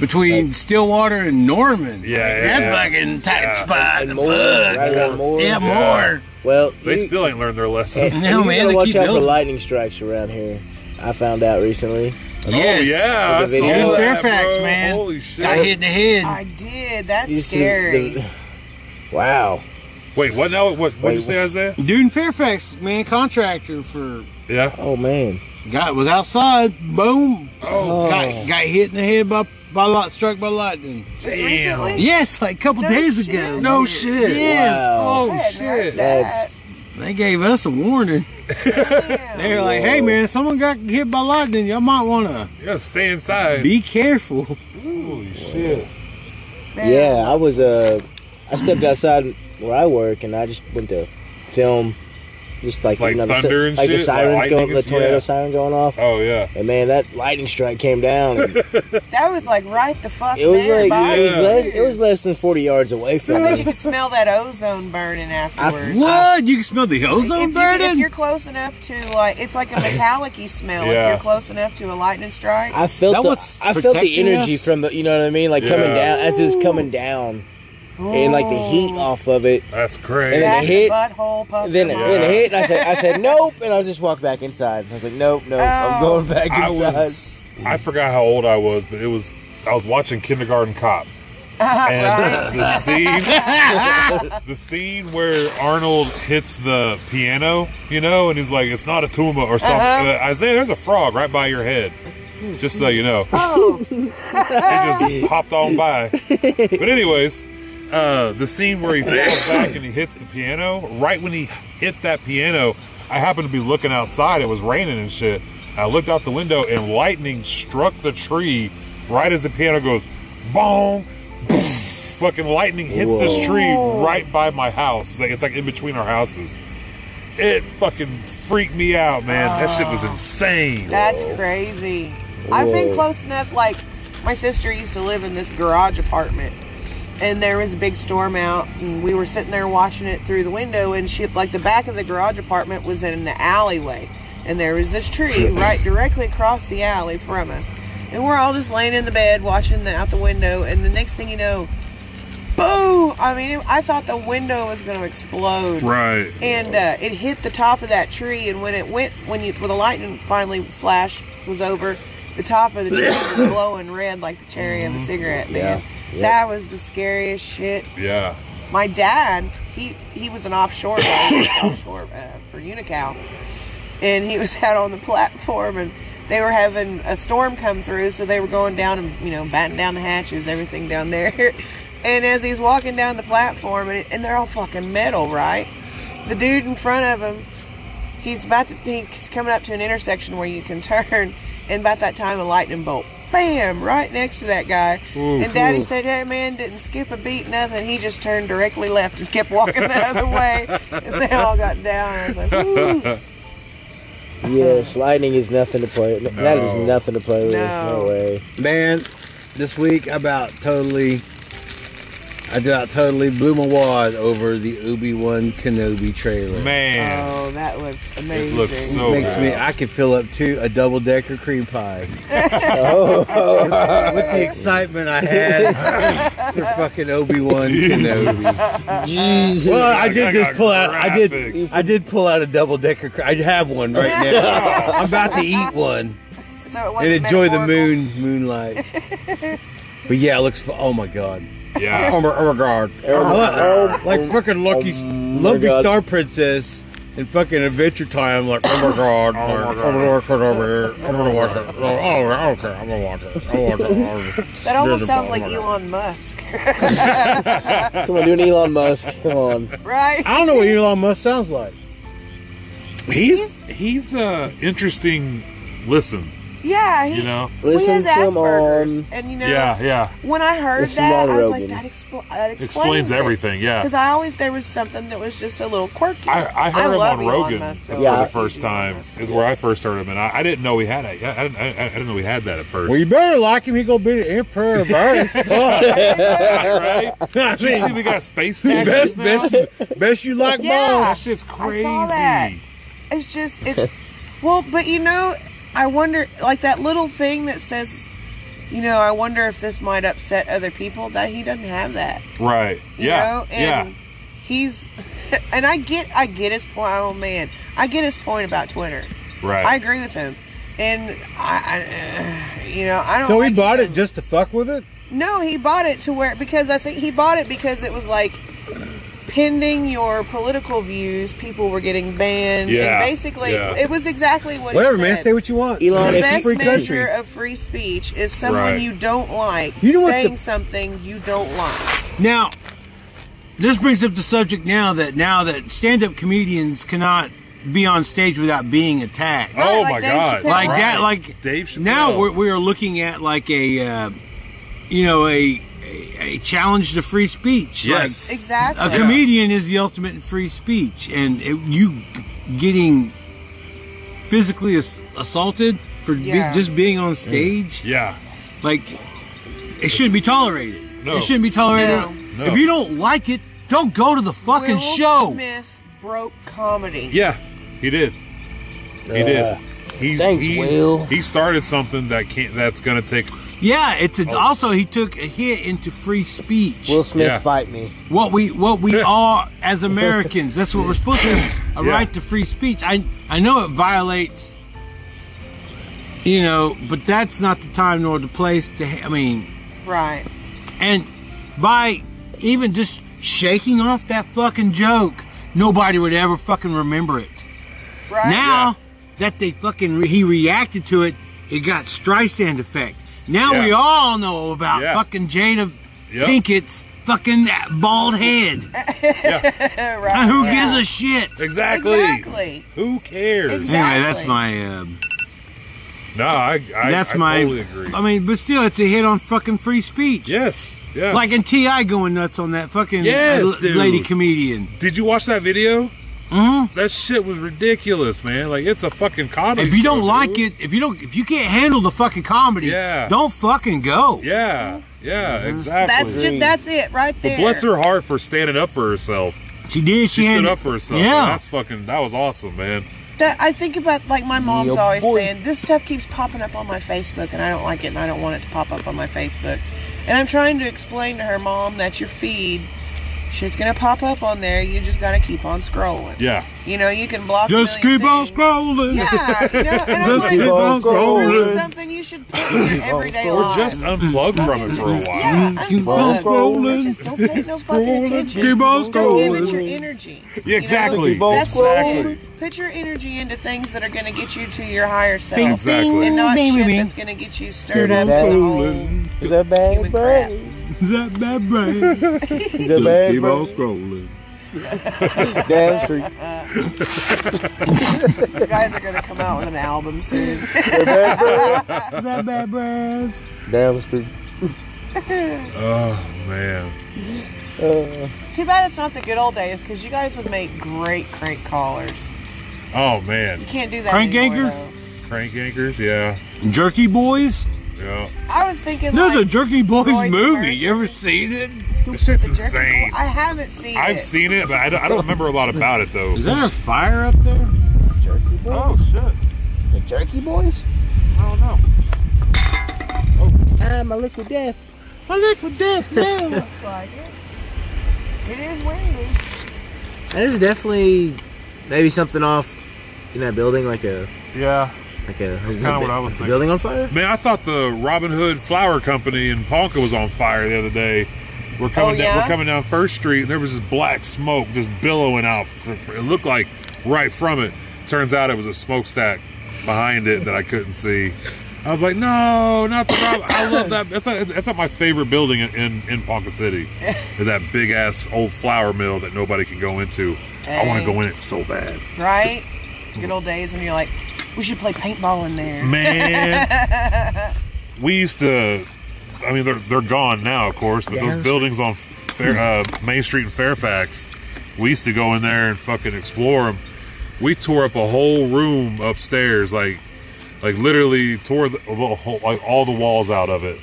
between Stillwater and Norman. Like, Yeah, yeah, that yeah. fucking tight Yeah. spot. And the more, fuck. right around more. Yeah, more. Well, They you- still ain't learned their lesson. No, Oh, you gotta man, they watch keep out for building. lightning strikes around here. I found out recently. Oh Yes. yeah, I With the saw video. In that, Fairfax, bro. man. Holy shit! Got hit in the head. I did. That's You see scary. the- wow. Wait, what now? What? What Wait, you say, Isaiah? Dude in Fairfax, man, contractor for Yeah. Oh man. Guy was outside. Boom. Oh. Got, got hit in the head by by lot struck by lightning. Just recently. Yes, like a couple No days shit. ago. No shit. Yes. Wow. Oh I hadn't heard shit! That's- They gave us a warning. Damn. They were like, "Hey, man, someone got hit by lightning. Y'all might want to Yeah, stay inside. be careful." Holy shit! Man. Yeah, I was uh I stepped outside where I work and I just went to film just like, Like another si- thunder and like shit, the like sirens lightning going and the shit, tornado yeah. siren going off. Oh yeah. And man, that lightning strike came down. and That was like right the fuck It was there. like by it was Yeah. you. less it was less than forty yards away I from bet you me. could smell that ozone burning afterwards. What? You can smell the If, ozone you, if burning. you're close enough to like, it's like a metallic-y smell. Yeah. If you're close enough to a lightning strike, I felt That the, was I felt the protecting energy us? from the you know what I mean? Like coming Yeah. down as it was coming down. And like the heat off of it. That's And crazy. then- That's it hit. a butthole pucker. And then, mark. then it hit, and I said, "I said nope," and I just walked back inside. I was like, "Nope, nope, I'm Oh. going back inside." I was. I forgot how old I was, but it was. I was watching Kindergarten Cop, and the scene, the scene where Arnold hits the piano, you know, and he's like, "It's not a tumor or something." uh Isaiah, there's a frog right by your head, just so you know. Oh, it just popped on by. But anyways, uh, the scene where he falls back and he hits the piano, right when he hit that piano, I happened to be looking outside. It was raining and shit. I looked out the window and lightning struck the tree right as the piano goes, boom, boom. Fucking lightning hits this tree right by my house. It's like, it's like in between our houses. It fucking freaked me out, man. that shit was insane. that's crazy. I've been close enough. Like my sister used to live in this garage apartment, and there was a big storm out, and we were sitting there watching it through the window, and she like the back of the garage apartment was in an alleyway, and there was this tree right directly across the alley from us, and we're all just laying in the bed watching the, out the window, and the next thing you know. Boom! I mean, I thought the window was going to explode. Right. and uh, it hit the top of that tree. And when it went, when you when the lightning finally flash was over, the top of the tree was glowing red like the cherry of a cigarette, man. That was the scariest shit. Yeah. My dad, he he was an offshore guy, offshore uh, for Unical, and he was out on the platform and. They were having a storm come through, so they were going down and you know batting down the hatches, everything down there. And as he's walking down the platform, and, and they're all fucking metal, right? the dude in front of him he's about to he's coming up to an intersection where you can turn and about that time a lightning bolt bam right next to that guy and daddy said that man didn't skip a beat nothing he just turned directly left and kept walking the other way and they all got down i was like "Ooh, Yes, lightning is nothing to play. That is No. nothing to play with. No, No. way. Man, this week I about totally, I about totally blew my wad over the Obi Wan Kenobi trailer. Man. oh that looks amazing looks so Makes good. me, I could fill up two a double decker cream pie. With the excitement I had for fucking Obi Wan Kenobi. Uh-uh. Jesus. Well, I I did got just pull out. I did. graphic. I did pull out a double decker. I have one right now. I'm about to eat one. So it and wasn't enjoy the metaphorical. moon moonlight. but yeah, it looks. fu- Oh my god. Yeah. Oh my, oh my god. Oh my Like- God. Like fucking Lucky, Oh my Lumpy God. Star Princess and fucking Adventure Time. Like, oh my god. my like, God. I'm gonna watch it over here. I'm gonna watch it. Oh, oh, I don't care. I'm gonna watch it. I'll watch it. I'll watch it. That almost There's a sounds bomb like on it. Elon Musk, Come on, do an Elon Musk. Come on. right? I don't know what Elon Musk sounds like. He's he's uh interesting. Listen, Yeah, he, you know. well, he has Listen to him Asperger's, on. and you know, Yeah, yeah. when I heard It's that, not I was Rogan. like, that, expl- that explains, Explains everything. Yeah. Because I always there was something that was just a little quirky. I, I heard love him on Elon Rogan Musk, for though. Yeah. the first time. Is where I first heard him, and I, I didn't know he had it. I, I, didn't, I, I didn't know he had that at first. Well, you better like him. He gonna be the emperor of Earth. Fuck. right? Did you see we got space best, taxes now? Oh, best, best you like Yeah. balls. That shit's crazy. I saw that. It's just it's well, but you know, I wonder like that little thing that says, you know, I wonder if this might upset other people. That he doesn't have that. Right. You yeah. know? And yeah. he's and I get I get his point. Oh man, I get his point about Twitter. Right. I agree with him. And I, I you know, I don't. So he like bought him. it just to fuck with it. No, he bought it to where because I think he bought it because it was like pending your political views, people were getting banned. Yeah, And basically yeah. it was exactly what Whatever, he man. said. Say what you want. Elon, It's the a best free measure country. of free speech is someone Right. you don't like You know what saying the- something you don't like. Now, this brings up the subject now that now that stand-up comedians cannot be on stage without being attacked. Oh like my Dave god. Chappelle. like Right. that, like Dave Chappelle. Now we're, we are looking at like a, uh, you know, a, a a challenge to free speech. Yes. Like, Exactly. a comedian is the ultimate in free speech, and it, you g- getting physically ass- assaulted for be- Yeah. just being on stage, Yeah. like it shouldn't be tolerated. No. It shouldn't be tolerated. No. No. If you don't like it, don't go to the fucking Will show. Smith broke comedy. Yeah. He did. He Uh, did. He's, thanks, he, Will. he started something that can't. That's gonna take. Yeah, it's a, Oh. also he took a hit into free speech. Will Smith Yeah. fight me. what we what we are as Americans. That's what we're supposed to a Yeah. right to free speech. I I know it violates you know, but that's not the time nor the place to ha- I mean, Right. and by even just shaking off that fucking joke, nobody would ever fucking remember it. Right. Now that they fucking he reacted to it, it got Streisand effect. Now we Yeah. all know about Yeah. fucking Jada Yep. Pinkett's fucking bald head. right. Who yeah. gives a shit? Exactly. Exactly. Who cares? Exactly. Anyway, that's my um, No, I. I that's I my. Totally agree. I mean, but still, it's a hit on fucking free speech. yes. Yeah. Like in Ti going nuts on that fucking uh, Yes, l- dude. lady comedian. Did you watch that video? Mhm. That shit was ridiculous, man. Like it's a fucking comedy. If you don't show, like dude. it, if you don't, if you can't handle the fucking comedy, Yeah. don't fucking go. yeah, yeah, Mm-hmm. exactly. That's just that's it right but there. bless her heart for standing up for herself. She did. She, She stood handled- up for herself. Yeah. Yeah, that's fucking. That was awesome, man. That I think about like my mom's Yeah, always boy. saying this stuff keeps popping up on my Facebook and I don't like it and I don't want it to pop up on my Facebook. And I'm trying to explain to her, mom, that's your feed. Shit's gonna pop up on there. You just gotta keep on scrolling. Yeah, You know, you can block. a Just million keep on things. scrolling. Yeah, you know, and I'm Just like, keep this on is really scrolling. something you should put in your everyday or life. just unplug from it for a while. yeah, Keep unplug. on scrolling. Just don't pay no fucking attention. Keep on Don't give it your scrolling. energy. Yeah, exactly. You know? That's what I'm saying. Exactly. Put your energy into things that are going to get you to your higher self. Exactly. And not Bing, shit bing. that's going to get you stirred Keep up in on the whole scrolling. Is that human bad, crap. bro? Is that bad, brain? Is that bad, bro? scrolling. Damn street. The guys are going to come out with an album soon. Is that bad, bro? Is that bad, brass? Damn street. Oh man, It's too bad it's not the good old days because you guys would make great crank callers. oh man, You can't do that Crank anymore, anchor? though. crank anchors. Yeah, Jerky Boys? yeah. I was thinking There's a like, Jerky Boys Lloyd movie. You ever Mercer. seen it? This shit's the jerky insane. call- I haven't seen I've it. seen it, but I don't, I don't remember a lot about it though. Is there a fire up there? Oh, Jerky boys. shit! The jerky boys. I don't know. I'm a liquid death. I liquid death now. Looks like it. It is windy. That is definitely maybe something off in that building, like a Yeah, Like a, is kinda the- what I was is the thinking. building on fire? Man, I thought the Robin Hood Flower Company in Ponca was on fire the other day. We're coming Oh, down, yeah? we're coming down First Street, and there was this black smoke just billowing out. fr- fr- it looked like right from it. Turns out it was a smokestack behind it that I couldn't see. I was like, no, not the Robin. I love that. That's not, that's not my favorite building in, in, in Ponca City. Is that big ass old flour mill that nobody can go into. I want to Dang. go in it so bad. right? Good old days when you're like, we should play paintball in there. Man, we used to. I mean, they're they're gone now, of course. But Yes. those buildings on Fair, uh, Main Street in Fairfax, we used to go in there and fucking explore them. We tore up a whole room upstairs, like like literally tore the, the whole, like all the walls out of it.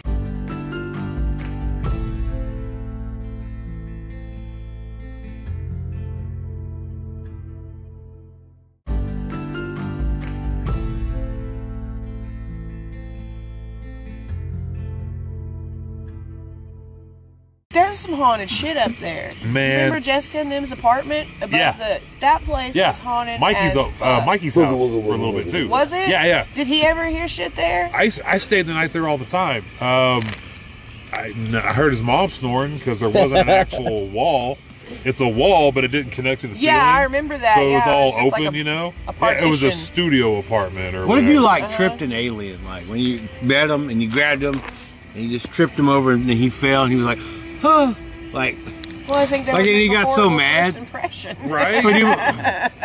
There's some haunted shit up there. Man. remember Jessica and them's apartment? Above Yeah. the that place Yeah, was haunted. Mikey's as uh, uh, fuck. Mikey's Wooga, house wooga, for a little wooga, bit too. Was it? Yeah, yeah. Did he ever hear shit there? I, I stayed the night there all the time. Um, I, n- I heard his mom snoring because there wasn't an actual wall. It's a wall, but it didn't connect to the ceiling. Yeah, I remember that. So it was Yeah, it all was just like open, a- you know. a Yeah, it was a partition. studio apartment or What if whatever. you like tripped an alien? Like when you met him and you grabbed him and you just tripped him over and he fell and he was like, huh? Like, Well, I think that Like, would and he make a got so horrible mad. first Impression. right? but you,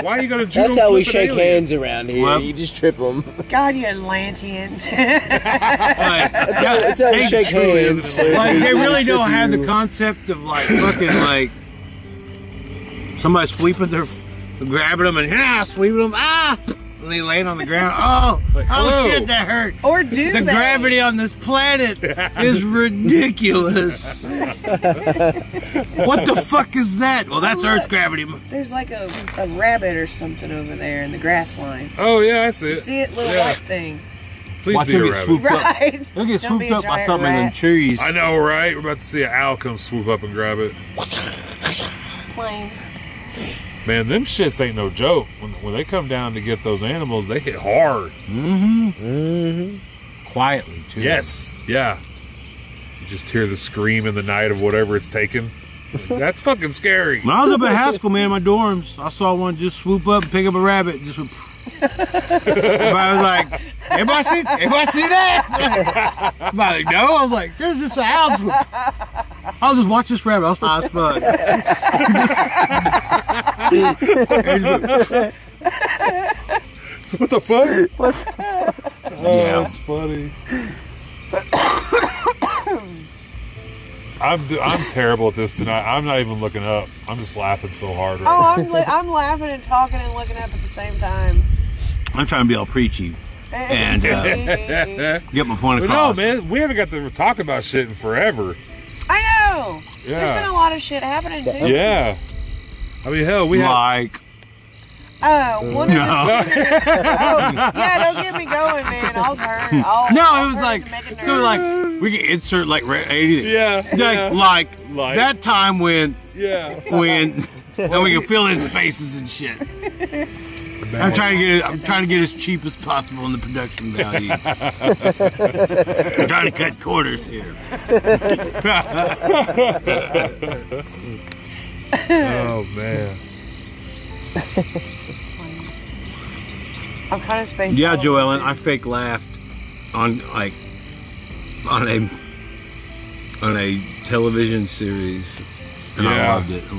Why are you gonna? That's how we shake hands around here. Well- you just trip them. God, you Atlantean. like, That's how we They shake trip hands. like they really Trip don't have the you. concept of like fucking like somebody sweeping their grabbing them and yeah sweeping them ah and they land on the ground oh oh hello. shit that hurt or do the they? gravity on this planet is ridiculous what the fuck is that well that's earth's gravity There's like a, a rabbit or something over there in the grass line. Oh yeah, I see it. See it, little Yeah. white thing. Please Watch be him a get rabbit. swooped. Look, Right. they'll get Don't be swooped a up by giant something in them rat. trees I know, right? We're about to see an owl come swoop up and grab it. Plane. Man, them shits ain't no joke. When, when they come down to get those animals, they hit hard. quietly too Yes. Yeah. You just hear the scream in the night of whatever it's taken. That's fucking scary. When I was up at Haskell, man, in my dorms, I saw one just swoop up and pick up a rabbit. Just went, everybody was like, "Everybody see? Everybody see that?" Everybody like, no. I was like, "There's just an owl." swoop." I was just watching this rabbit. I was high as fuck. What the fuck? yeah. That's funny. I'm I'm terrible at this tonight. I'm not even looking up. I'm just laughing so hard. Right Oh, I'm, li- I'm laughing and talking and looking up at the same time. I'm trying to be all preachy, And, now. get my point But no, across. man, we haven't got to talk about shit in forever. I know. There's Yeah. been a lot of shit happening too. Yeah. I mean, hell, we have. Like, Oh, one of the seniors- oh, yeah, don't get me going, man. I'll turn. I'll, no, I'll it was turn like, to make a so nerd. like, we can insert like ra- anything. Yeah. Like, Yeah. like, Like. that time when, yeah. when, and we can fill in spaces and shit. I'm trying to get it. I'm trying to get as cheap as possible in the production value. I'm trying to cut corners here. Oh man. I'm kind of spaced. Yeah, out. Joellen, I fake laughed on like on a on a television series, and I Yeah. loved it. I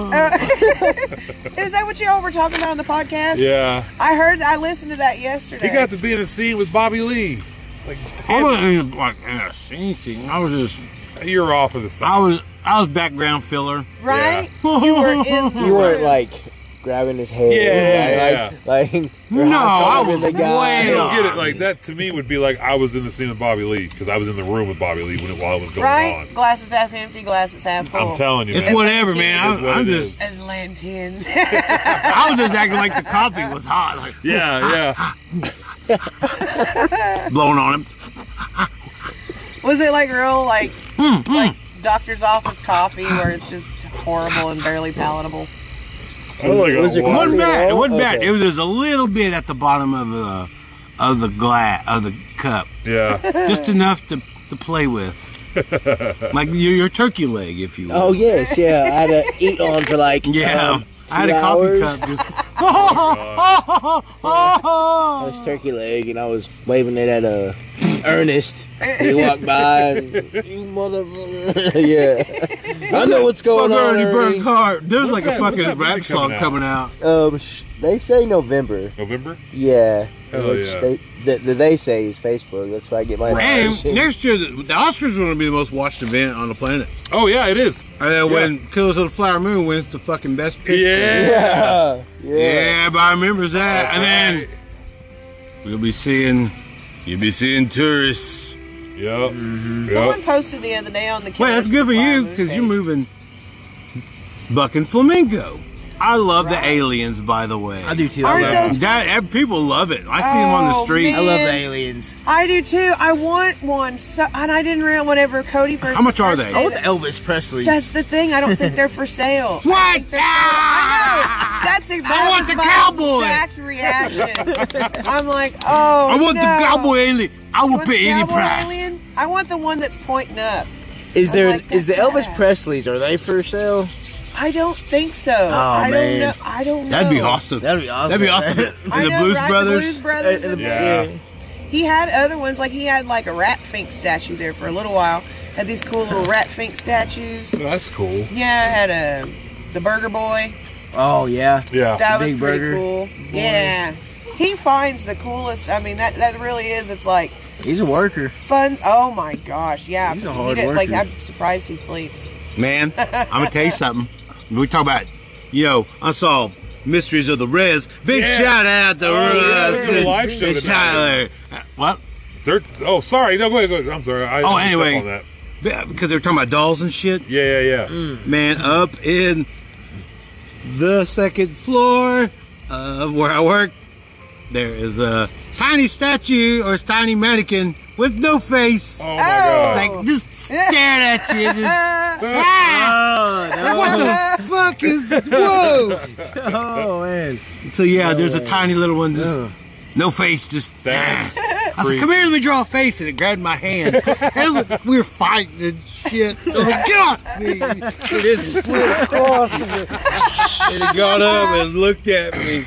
went, Is that what you all were talking about on the podcast? Yeah. I heard. I listened to that yesterday. He got to be in a scene with Bobby Lee. It's like, I damn, wasn't even like in a scene thing. I was just you're off of the side. I was I was background filler. right. You were in. The You weren't room. like grabbing his hair. Yeah, like, like, No, you're I high-fiving was the guy. I way don't off. get it. Like that to me would be like I was in the scene with Bobby Lee because I was in the room with Bobby Lee when it, while it was going Right. on. Glasses half empty. Glasses half full. I'm telling you, Oh. It's man. whatever, man. It is I'm, what I'm it just is. Atlantean. I was just acting like the coffee was hot, like yeah, yeah. blowing on him. was it like real like Hmm, like doctor's office coffee where it's just horrible and barely palatable? I was like, Was oh, it It what? wasn't Coffee bad. at It all? wasn't bad. Okay. It was just a little bit at the bottom of uh, of the glass of the cup, Yeah. just enough to to play with, like your, your turkey leg, if you will. Oh yes, yeah. I had to eat on for like yeah. um, I had two a coffee hours. cup. Just I was turkey leg and I was waving it at uh, Ernest. He walked by. And, you motherfucker! yeah, I know what's going fuck on. Ernie Ernie. Burkhart. There's like When's a that- when's fucking that rap movie song coming out? coming out. Um, sh- they say November. November? Yeah, Hell which yeah. they the, the they say is Facebook. That's why I get my And information. next year, the, the Oscars are going to be the most watched event on the planet. Oh, yeah, it is. And then when Killers of the Flower Moon wins the fucking best picture. Yeah. Yeah, yeah. Yeah, everybody remembers that. That's and then right. we'll be seeing, you'll be seeing tourists. Yep. Mm-hmm. Someone Yep. posted the other day on the. Well, that's good for you because you're moving bucking flamingo. I love the aliens, by the way. I do too. I Aren't love, those? That ev- people love it. I see them on the Oh, street. I love the man. aliens. I do too. I want one. So, and I didn't realize whenever Cody first. How much are they? Oh, I first want the did it. Elvis Presley. That's the thing. I don't think they're for sale. What? Ah! I, think they're for- I know. That's a, that want was the my cowboy. Exact reaction. I'm like, oh. I want no. the cowboy alien. I will Want the pay any cowboy price. alien? I want the one that's pointing up. Is I there is like the that. Elvis Presleys? Are they for sale? I don't think so. Oh, I don't man. know. I don't know. That'd be awesome. That'd be awesome. That'd be awesome. I the know, Blues right? Brothers. The Blues Brothers. Uh, and- Yeah. He had other ones like he had like a rat fink statue there for a little while. Had these cool little rat fink statues. That's cool. Yeah, I had a the Burger Boy. oh yeah. Yeah. That was Big pretty Burger cool. Yeah. He finds the coolest. I mean, that that really is. It's like He's a worker. fun. Oh my gosh, yeah. He's a He hard didn't- Like worker. I'm surprised he sleeps. Man, I'm gonna tell you something. We talk about, you know, unsolved mysteries of the Res. Big Yeah. shout out to Oh, Russ yeah, we did a and- live show and tonight. Tyler. Uh, What? They're, oh, sorry. No, go ahead. Go ahead. I'm sorry. I, Oh, I picked up anyway. On that. Yeah, Because they were talking about dolls and shit. Yeah, yeah, yeah. Man, up in the second floor of where I work, there is a tiny statue or tiny mannequin with no face. Oh, my God. Like just staring at you. Just, ah! What the fuck is this? Whoa! Oh man. So yeah, there's a tiny little one, just no face, just. That's I said, creepy. "Come here, let me draw a face," and it grabbed my hand. It was like we were fighting and shit. I was like, "Get off me!" It is across, and it- and it got up and looked at me.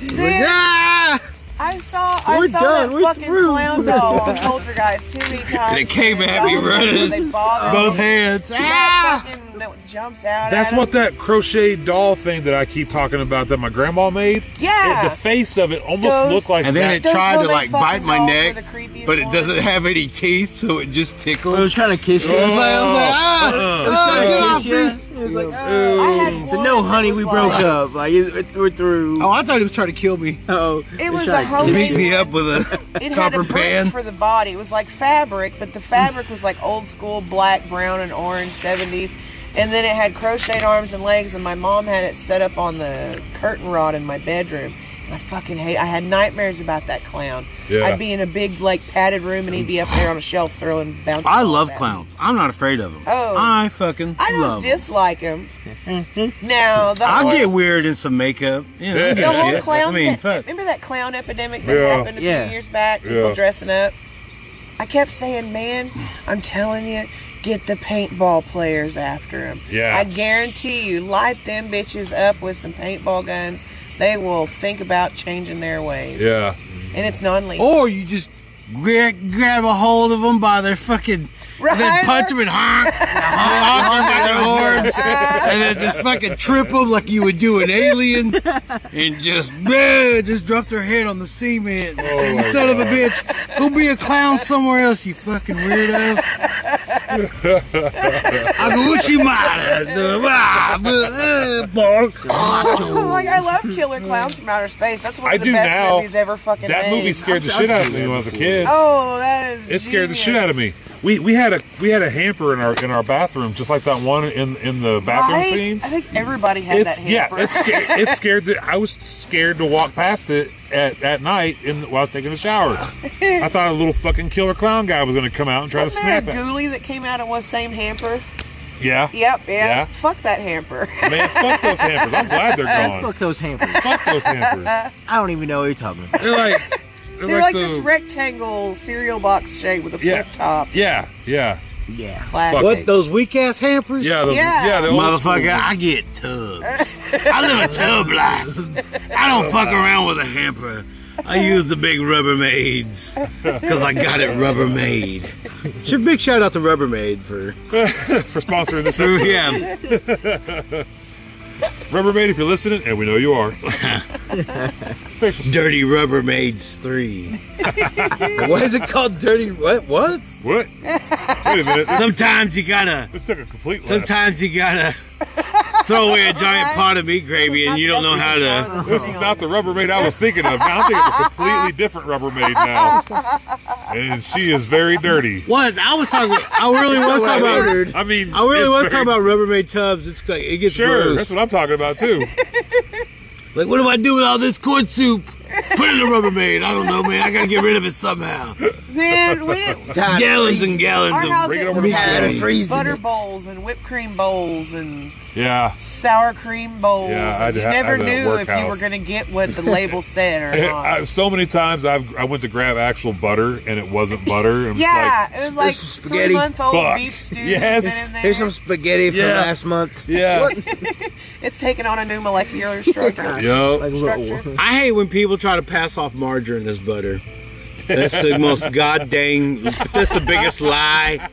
Like, Then ah! I saw I We're saw done. that We're fucking through. clown doll on Poltergeist too many times. And it came at me Oh, running. They bothered Both me. hands. That Ah! fucking that jumps out. That's at what him. that crochet doll thing that I keep talking about that my grandma made. Yeah. It, the face of it almost Those- looked like And then that. it Those tried to women like bite fucking my dolls neck, are the creepiest but it doesn't ones. have any teeth, so it just I was tickles. trying to kiss you. I was like, I was like, ah! I Oh, was trying to Oh, get Trying off to kiss me. you. It was like, I had so one no, that honey, oh, was we like- broke up. Like it, we're through. Oh, I thought he was trying to kill me. Oh, It was Trying a to whole Beat me up with a It had a copper brick pan. for the body. It was like fabric, but the fabric was like old school black, brown, and orange '70s. And then it had crocheted arms and legs. And my mom had it set up on the curtain rod in my bedroom. And I fucking hate. I had nightmares about that clown. Yeah. I'd be in a big like padded room and he'd be up there on a shelf throwing bouncing. I balls love at me. clowns. I'm not afraid of them. Oh. I fucking I don't love 'em. dislike him. now the I whole, get weird in some makeup. You know, I don't give the a whole shit. clown. I mean, pit- fuck. Remember that clown epidemic that Yeah. happened a Yeah. few years back? Yeah. People dressing up. I kept saying, "Man, I'm telling you, get the paintball players after him. Yeah. I guarantee you, light them bitches up with some paintball guns. They will think about changing their ways, yeah. and it's non-lethal. Or you just gra- grab a hold of them by their fucking. Right? Then punch them and honk, and honk 'em by their horns, and then just fucking trip them like you would do an alien, and just bleh, just drop their head on the cement. Say, Oh you my son of a bitch, go be a clown somewhere else, you fucking weirdo. I go Uchimata, ah, bleh, uh, bark. I'm like, I love Killer Clowns from Outer Space. That's one I of the do best now. movies ever fucking That made. movie scared the shit out of me when I was a kid. Oh, that is. It scared the shit genius. out of me. We we had a we had a hamper in our in our bathroom, just like that one in in the bathroom Right? scene. I think everybody had It's that yeah, hamper. it's scared. It scared. The, I was scared to walk past it at, at night in, while I was taking a shower. I thought a little fucking killer clown guy was going to come out and try Wasn't to there a snap it. ghoulie that came out of one same hamper? Yeah, Yep, yeah. Yeah. Fuck that hamper. man, fuck those hampers. I'm glad they're gone. fuck those hampers. fuck those hampers. I don't even know what you're talking about. They're like They're like, this rectangle cereal box shape with a flip Yeah. top. Yeah, yeah, Yeah. Classic. What those weak ass hampers? yeah, the, yeah. Yeah. the old Motherfucker, I get tubs. I live a tub life. I don't fuck around with a hamper. I use the big Rubbermaids because I got it Rubbermaid. Should big shout out to Rubbermaid for. school for sponsoring this. episode. Yeah, Rubbermaid, if you're listening, and we know you are. Facial Dirty Rubbermaids 3. Why is it called dirty? What? What? What? Wait a minute. This, Sometimes you gotta, this took a complete left. sometimes you gotta throw away a giant pot of meat gravy and you don't know how to. This is not the Rubbermaid I was thinking of. Now I'm thinking of a completely different Rubbermaid now, and she is very dirty. What? I was talking. I really was what I talking about. ordered. I mean, I really it's was talking very- about Rubbermaid tubs. It's like it gets Sure, gross. that's what I'm talking about too. Like, what do I do with all this corn soup? Put it in a Rubbermaid. I don't know, man. I gotta get rid of it somehow. Man, we didn't, Gallons and gallons our of. house bring it had over to my Had a freeze in butter it. bowls and whipped cream bowls and Yeah, sour cream bowls. Yeah, and I'd you ha- never I'd have knew if you were workhouse. going to get what the label said or not. I, so many times I've I went to grab actual butter and it wasn't butter. I'm just yeah, like, it was like some spaghetti. three month old Fuck. beef stew. Yes. that's been in Here's there. some spaghetti from Yeah. last month. yeah, It's taken on a new molecular structure. yeah. Structure. I hate when people try to pass off margarine as butter. That's the most goddamn. That's the biggest lie.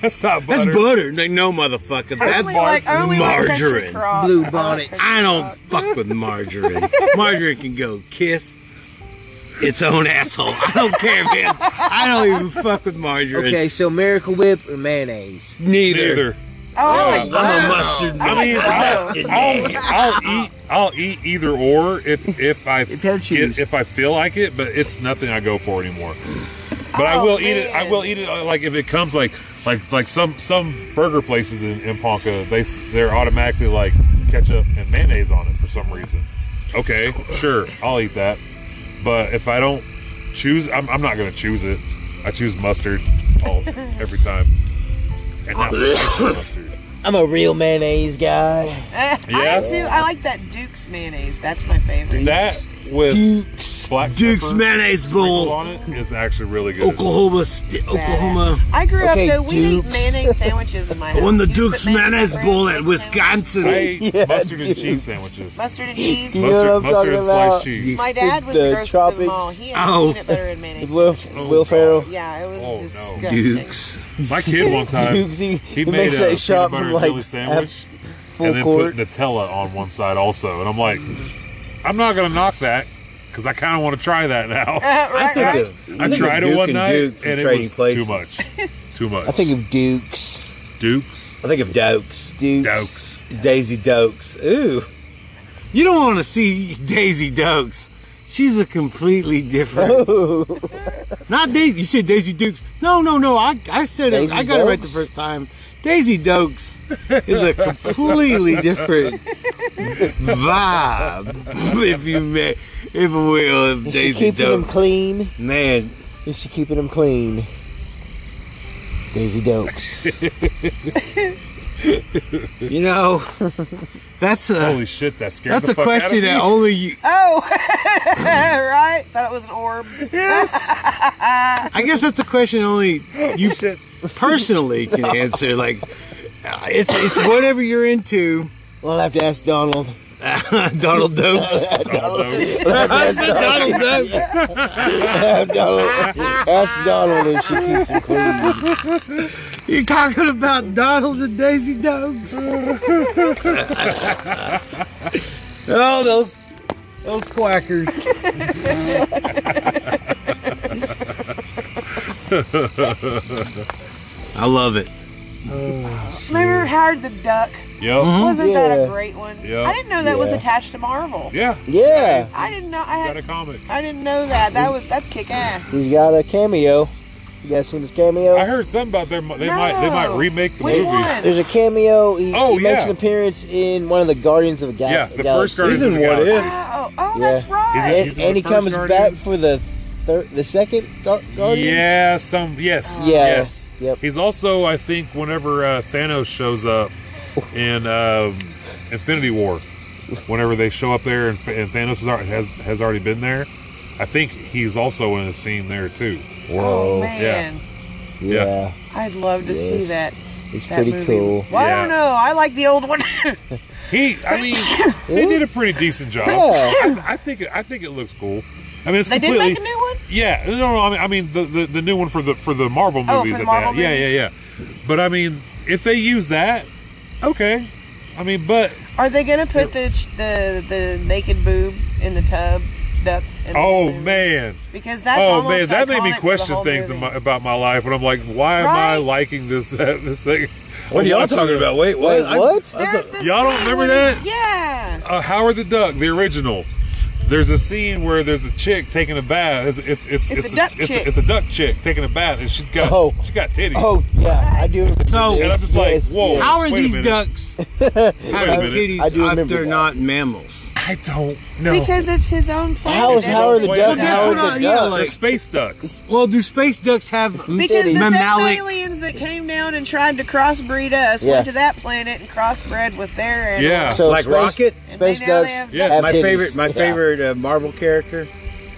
That's not That's butter. butter. Like, no, motherfucker. I That's only like, I only like country margarine. crop. Blue I like bonnet. country I don't crop. fuck with margarine. Margarine can go kiss its own asshole. I don't care, man. I don't even fuck with margarine. Okay, so Miracle Whip or mayonnaise? Neither. Neither. Oh, I Yeah. like that. Uh-huh. mustard. I I mean, like I'll, those. I'll, I'll eat. I'll eat either or if if I If you had to choose. get- if I feel like it, but it's nothing I go for anymore. But I Oh, will eat it. I man. will eat it uh, like if it comes like like like some some burger places in, in Ponca they s- they're automatically like ketchup and mayonnaise on it for some reason. Okay, sure, I'll eat that. But if I don't choose, I'm, I'm not gonna choose it. I choose mustard all every time. And not spicy mustard. I'm a real mayonnaise guy. Eh, Yeah. I do too. I like that Duke's mayonnaise. That's my favorite. That with Dukes. black Duke's pepper mayonnaise sprinkled bowl. on it is actually really good. Oklahoma, st- Oklahoma. I grew Okay, up though. We ate Duke's. mayonnaise sandwiches in my house. Won the You put Duke's mayonnaise on bowl bread, at Duke's sandwich, Wisconsin. I ate Yeah, mustard and dude. cheese sandwiches. mustard and cheese. You know what I'm Mustard, mustard and talking about? sliced cheese. My dad was The the grocer at the mall. tropics. He had Ow. peanut butter and mayonnaise. Will, Oh, Will God. Ferrell. Yeah, it was Oh, no. disgusting. Duke's. My kid one time, Dukes. He, he, he made makes a that peanut shot butter from and like jelly half sandwich full and then court. put Nutella on one side also. And I'm like, I'm not going to knock that because I kind of want to try that now. I Uh, right, think right. of- I think of tried it Duke one and night Duke from and it Trading was Places. too much. Too I much. think of Dukes. Dukes. I think of Dokes. Dukes. Dokes. Daisy Dokes. Ooh. You don't want to see Daisy Dokes. She's a completely different. Ooh. Not Daisy. You said Daisy Dukes. No, no, no. I, I said it. Daisy I got it right the Dukes? first time. Daisy Dokes is a completely different vibe. If you may, if you will, if Is she Daisy keeping him Dokes. clean? Man, Is she keeping him clean? Daisy Dokes. you know, that's a Holy shit, that scared that's the a fuck question that out of me. only you. Oh, right. Thought it was an orb. I guess that's a question only you personally can answer. Like, uh, it's it's whatever you're into. We'll have to ask Donald. Donald Dokes. Donald I said Donald Dokes. Have Donald. Ask Donald if she keeps him clean. You're talking about Donald and Daisy Dokes. oh, those those quackers. I love it. Remember Howard the Duck? Yep. Uh-huh. Wasn't that Yeah. a great one? Yeah. I didn't know that was Yeah. attached to Marvel. Yeah. Yeah. I didn't know. I Got a had. comic. I didn't know that. That was that's kick ass. He's got a cameo. You guys seen his cameo? I heard something about their, they might they might No. remake the Which movie. one? There's a cameo. He, Oh, he makes yeah. an appearance in one of the Guardians of the Gal- Yeah, the Galaxy. first Guardians He's in of the What Galaxy. If. Oh, oh, Yeah. that's right. He's And, in and the he first comes back Guardians. for the third, the second Gu- Guardians. Yeah, some yes, Oh. Yeah, yes. yep. He's also, I think, whenever uh, Thanos shows up in um, Infinity War, whenever they show up there and, and Thanos has, al- has has already been there, I think he's also in a scene there too. Oh Whoa. man, Yeah. yeah. I'd love to see Yes. that. It's that pretty movie. cool. Well, I don't Yeah. know. I like the old one. He, I mean, they did a pretty decent job. Yeah. I, I think it, I think it looks cool. I mean, it's they did completely. make a new one. Yeah, no, no. I mean, I mean the, the the new one for the for the Marvel movies. Oh, for the that Marvel they had. Yeah, yeah, yeah. But I mean, if they use that, okay. I mean, but Are they gonna put the ch- the the naked boob in the tub? Duck. in the oh movie? man, Because that's oh almost man, that made iconic me for the question whole things in movie. my, about my life. And I'm like, why am I Right? liking this this thing? What are y'all talking about? Wait, what? Wait, what? There's this Y'all don't scene remember when- that? Yeah. uh, Howard the Duck, the original. There's a scene where there's a chick taking a bath. It's it's it's, It's a duck it's, chick. A, it's a duck chick taking a bath, and she's got Oh. she got titties. Oh yeah, I do. remember So- this. And I'm just like, whoa. How are Wait a these minute. ducks a having minute. I titties do if remember they're that. not mammals? I don't know. Because Oh, it's his own planet. How is and Howard the Wait, Duck? look at Howard what I- the yeah, Duck. they're like- space ducks. Well, do space ducks have Because the same Mammalic- aliens that came down and tried to crossbreed us Yeah. went to that planet and crossbred with their animals. Yeah, So Like space, Rocket? Space And they now Ducks. they have Yes. have my titties. favorite? My Ah, Yeah. favorite uh, Marvel character,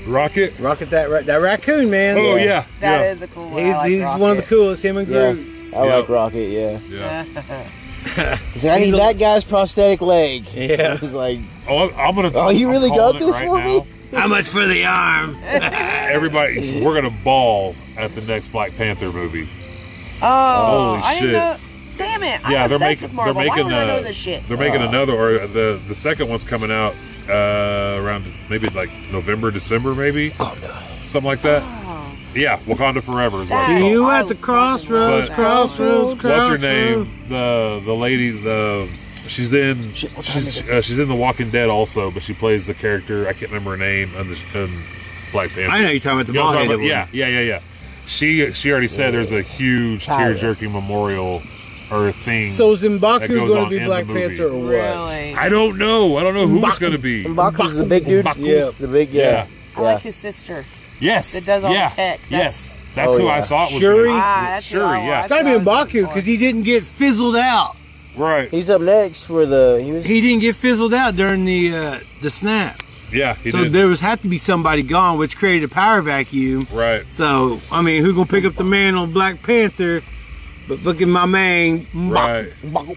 rocket. Rocket that ra- that raccoon man. Oh Yeah. yeah, That yeah. is a cool one. he's I like he's one of the Rocket. coolest. Him and Yeah, Groot. I Yeah. like Rocket. Yeah. yeah. He's like, I He's need a- that guy's prosthetic leg. Yeah. He's like, Oh, I'm- I'm gonna. Oh, you I'm really calling got it this right for me? now. How much for the arm? Everybody, we're gonna ball at the next Black Panther movie. Oh, Holy I didn't shit. know. Damn it! I'm yeah, they're obsessed making with Marvel. they're making Why don't I know uh, this shit? they're making another or the the second one's coming out uh, around maybe like November December maybe something like that. Yeah, Wakanda Forever is what it's Oh. That- See called. you I at the fucking love crossroads, that. crossroads, What's crossroads. her name? The the lady the she's in she's uh, she's in The Walking Dead also, but she plays the character I can't remember her name on the in Black Panther. I know you're talking about the You know ball what I'm talking headed about? one. yeah, yeah, yeah, yeah. She she already said there's a huge tear jerking memorial or thing. So is That M'Baku goes going on to be in Black the movie. Panther or what? Really? I, I don't know. I don't know who it's going to be. Mbaku's the big dude. M'Baku. Yeah. The big yeah. Yeah. like his sister. Yes. That does all the yeah. tech. That's- yes. That's Oh, who I yeah. thought was Shuri? gonna- Ah, that's who I Shuri, want. yeah. That's Got to be what I was M'Baku looking because for. he didn't get fizzled out. Right. He's up next for the. He was. He didn't get fizzled out during the uh, the snap. Yeah, he so did. there was had to be somebody gone, which created a power vacuum. right. So I mean, who gonna pick up the man on Black Panther? But fucking my man, Right. M'Baku.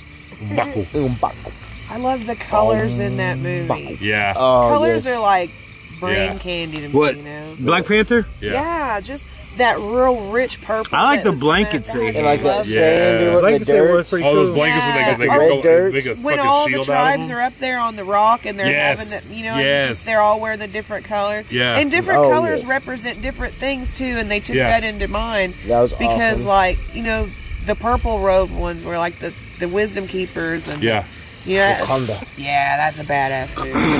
Buckle. M'Baku. I love the colors in that movie. Yeah. Mm. Oh, colors yes. are like brain Yeah. candy to me. What? You know? Black Panther. yeah. Yeah, just that real rich purple. I like that the was in blankets that- they that had. and like I that love Yeah. sand or Like what you the said, it dirt. was pretty All those cool. blankets where they, Yeah. they, Red dirt. go, they make a when fucking all the shield out of tribes them. are up there on the rock and they're Yes. having the, you know Yes. they're all wearing the different colors Yeah. and different Oh, colors yes. represent different things too and they took Yeah. that into mind That was because awesome. like you know the purple robe ones were like the the wisdom keepers and yeah. yeah Wakanda. yeah that's a badass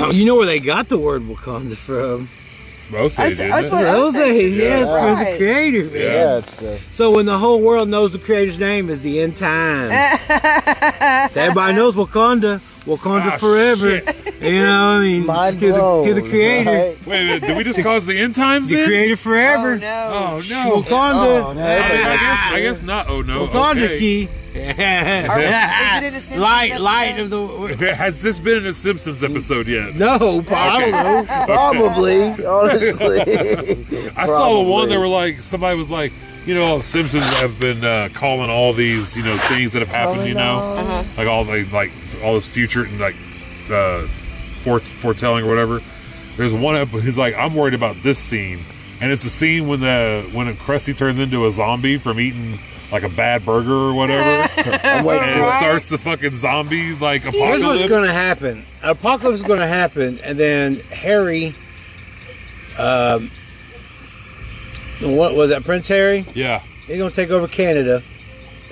movie You know where they got the word Wakanda from? It's mostly, that's, didn't that's it? what I was Those days, saying. yeah, it's from the Right. creator. man. Yeah. Yeah, it's the. So when the whole world knows the creator's name is the end times. Oh, So everybody knows Wakanda, Wakanda Ah, forever. You know, I mean, Mind to the, blown. to the creator, Wait right? a minute. Did we just cause the end times the then? creator oh forever. no oh, no. Wakanda, I, Oh, no. mean, I guess, Ah, I guess not. Oh, no. Wakanda okay. key. Are- is it in a Simpsons light, episode? light of the. Has this been in a Simpsons episode yet? No, Paul, I don't know. Probably, honestly. I saw the one Probably. that were like somebody was like, you know, the Simpsons have been uh, calling all these, you know, things that Oh, have happened, you know, like all the like all this future and like uh, fore- foretelling or whatever. There's one up. He's like, I'm worried about this scene, and it's the scene when the when Krusty turns into a zombie from eating like a bad burger or whatever, and it Right. starts the fucking zombie like apocalypse. Here's what's going to happen. Apocalypse is going to happen, and then Harry, um, what was that? Prince Harry. yeah, He's going to take over Canada,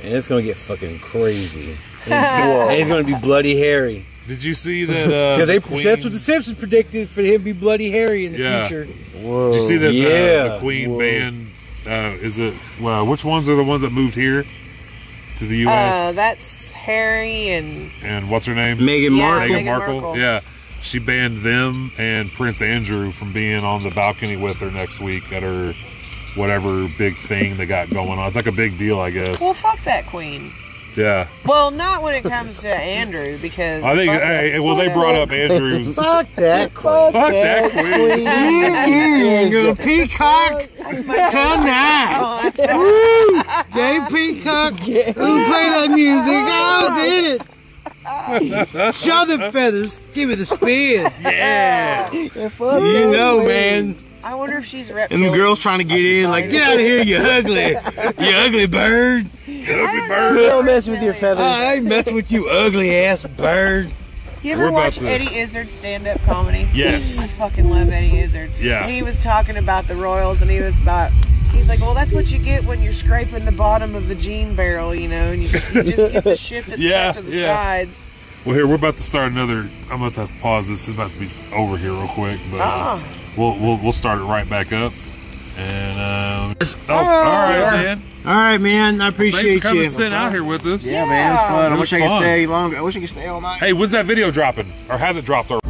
and it's going to get fucking crazy. And he's going to be Bloody Harry. did you see that? Uh, Because they the Queen- that's what the Simpsons predicted for him to be Bloody Harry in the Yeah. future. Whoa. Did you see that the, Oh, Yeah. the Queen band? Uh, is it well? Which ones are the ones that moved here to the uh, U.S. that's Harry and and what's her name? Meghan Yeah. Markle. Meghan Meghan Markle. Markle. Yeah, she banned them and Prince Andrew from being on the balcony with her next week at her whatever big thing they got going on. It's like a big deal, I guess. well fuck that queen Yeah. Well, not when it comes to Andrew because I think, hey, well, they brought up Andrew's. Fuck That queen. that queen. Yes, You're a peacock tonight. Oh, that's- Gay peacock. Who played that music? Oh, did it. Show the feathers. Give me the spin. the fuck You that know, queen. man. I wonder if she's And reptilian. them girls trying to get in, like, get out of here, you ugly, you ugly bird. Ugly Don't mess with your feathers. I ain't messing with you, ugly ass bird. You We're ever about watch to- Eddie Izzard stand up comedy? Yes. I fucking love Eddie Izzard. Yeah. He was talking about the Royals and he was about, he's like, well, that's what you get when you're scraping the bottom of the gene barrel, you know, and you just, you just get the shit that's Yeah, stuck to the yeah. sides. Well, here we're about to start another. I'm about to have to pause this. It's about to be over here real quick, but uh, we'll, we'll we'll start it right back up. And um, oh, all right, man. All right, man. I Thanks for appreciate coming you. and sitting out here with us. Yeah, man, it's fun. I It wish was I could fun. stay any longer. I wish I could stay all night. Hey, when's that video dropping? Or has it dropped already?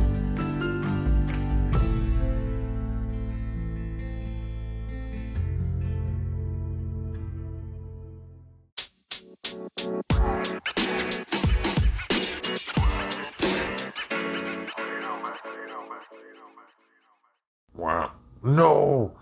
Wow. No.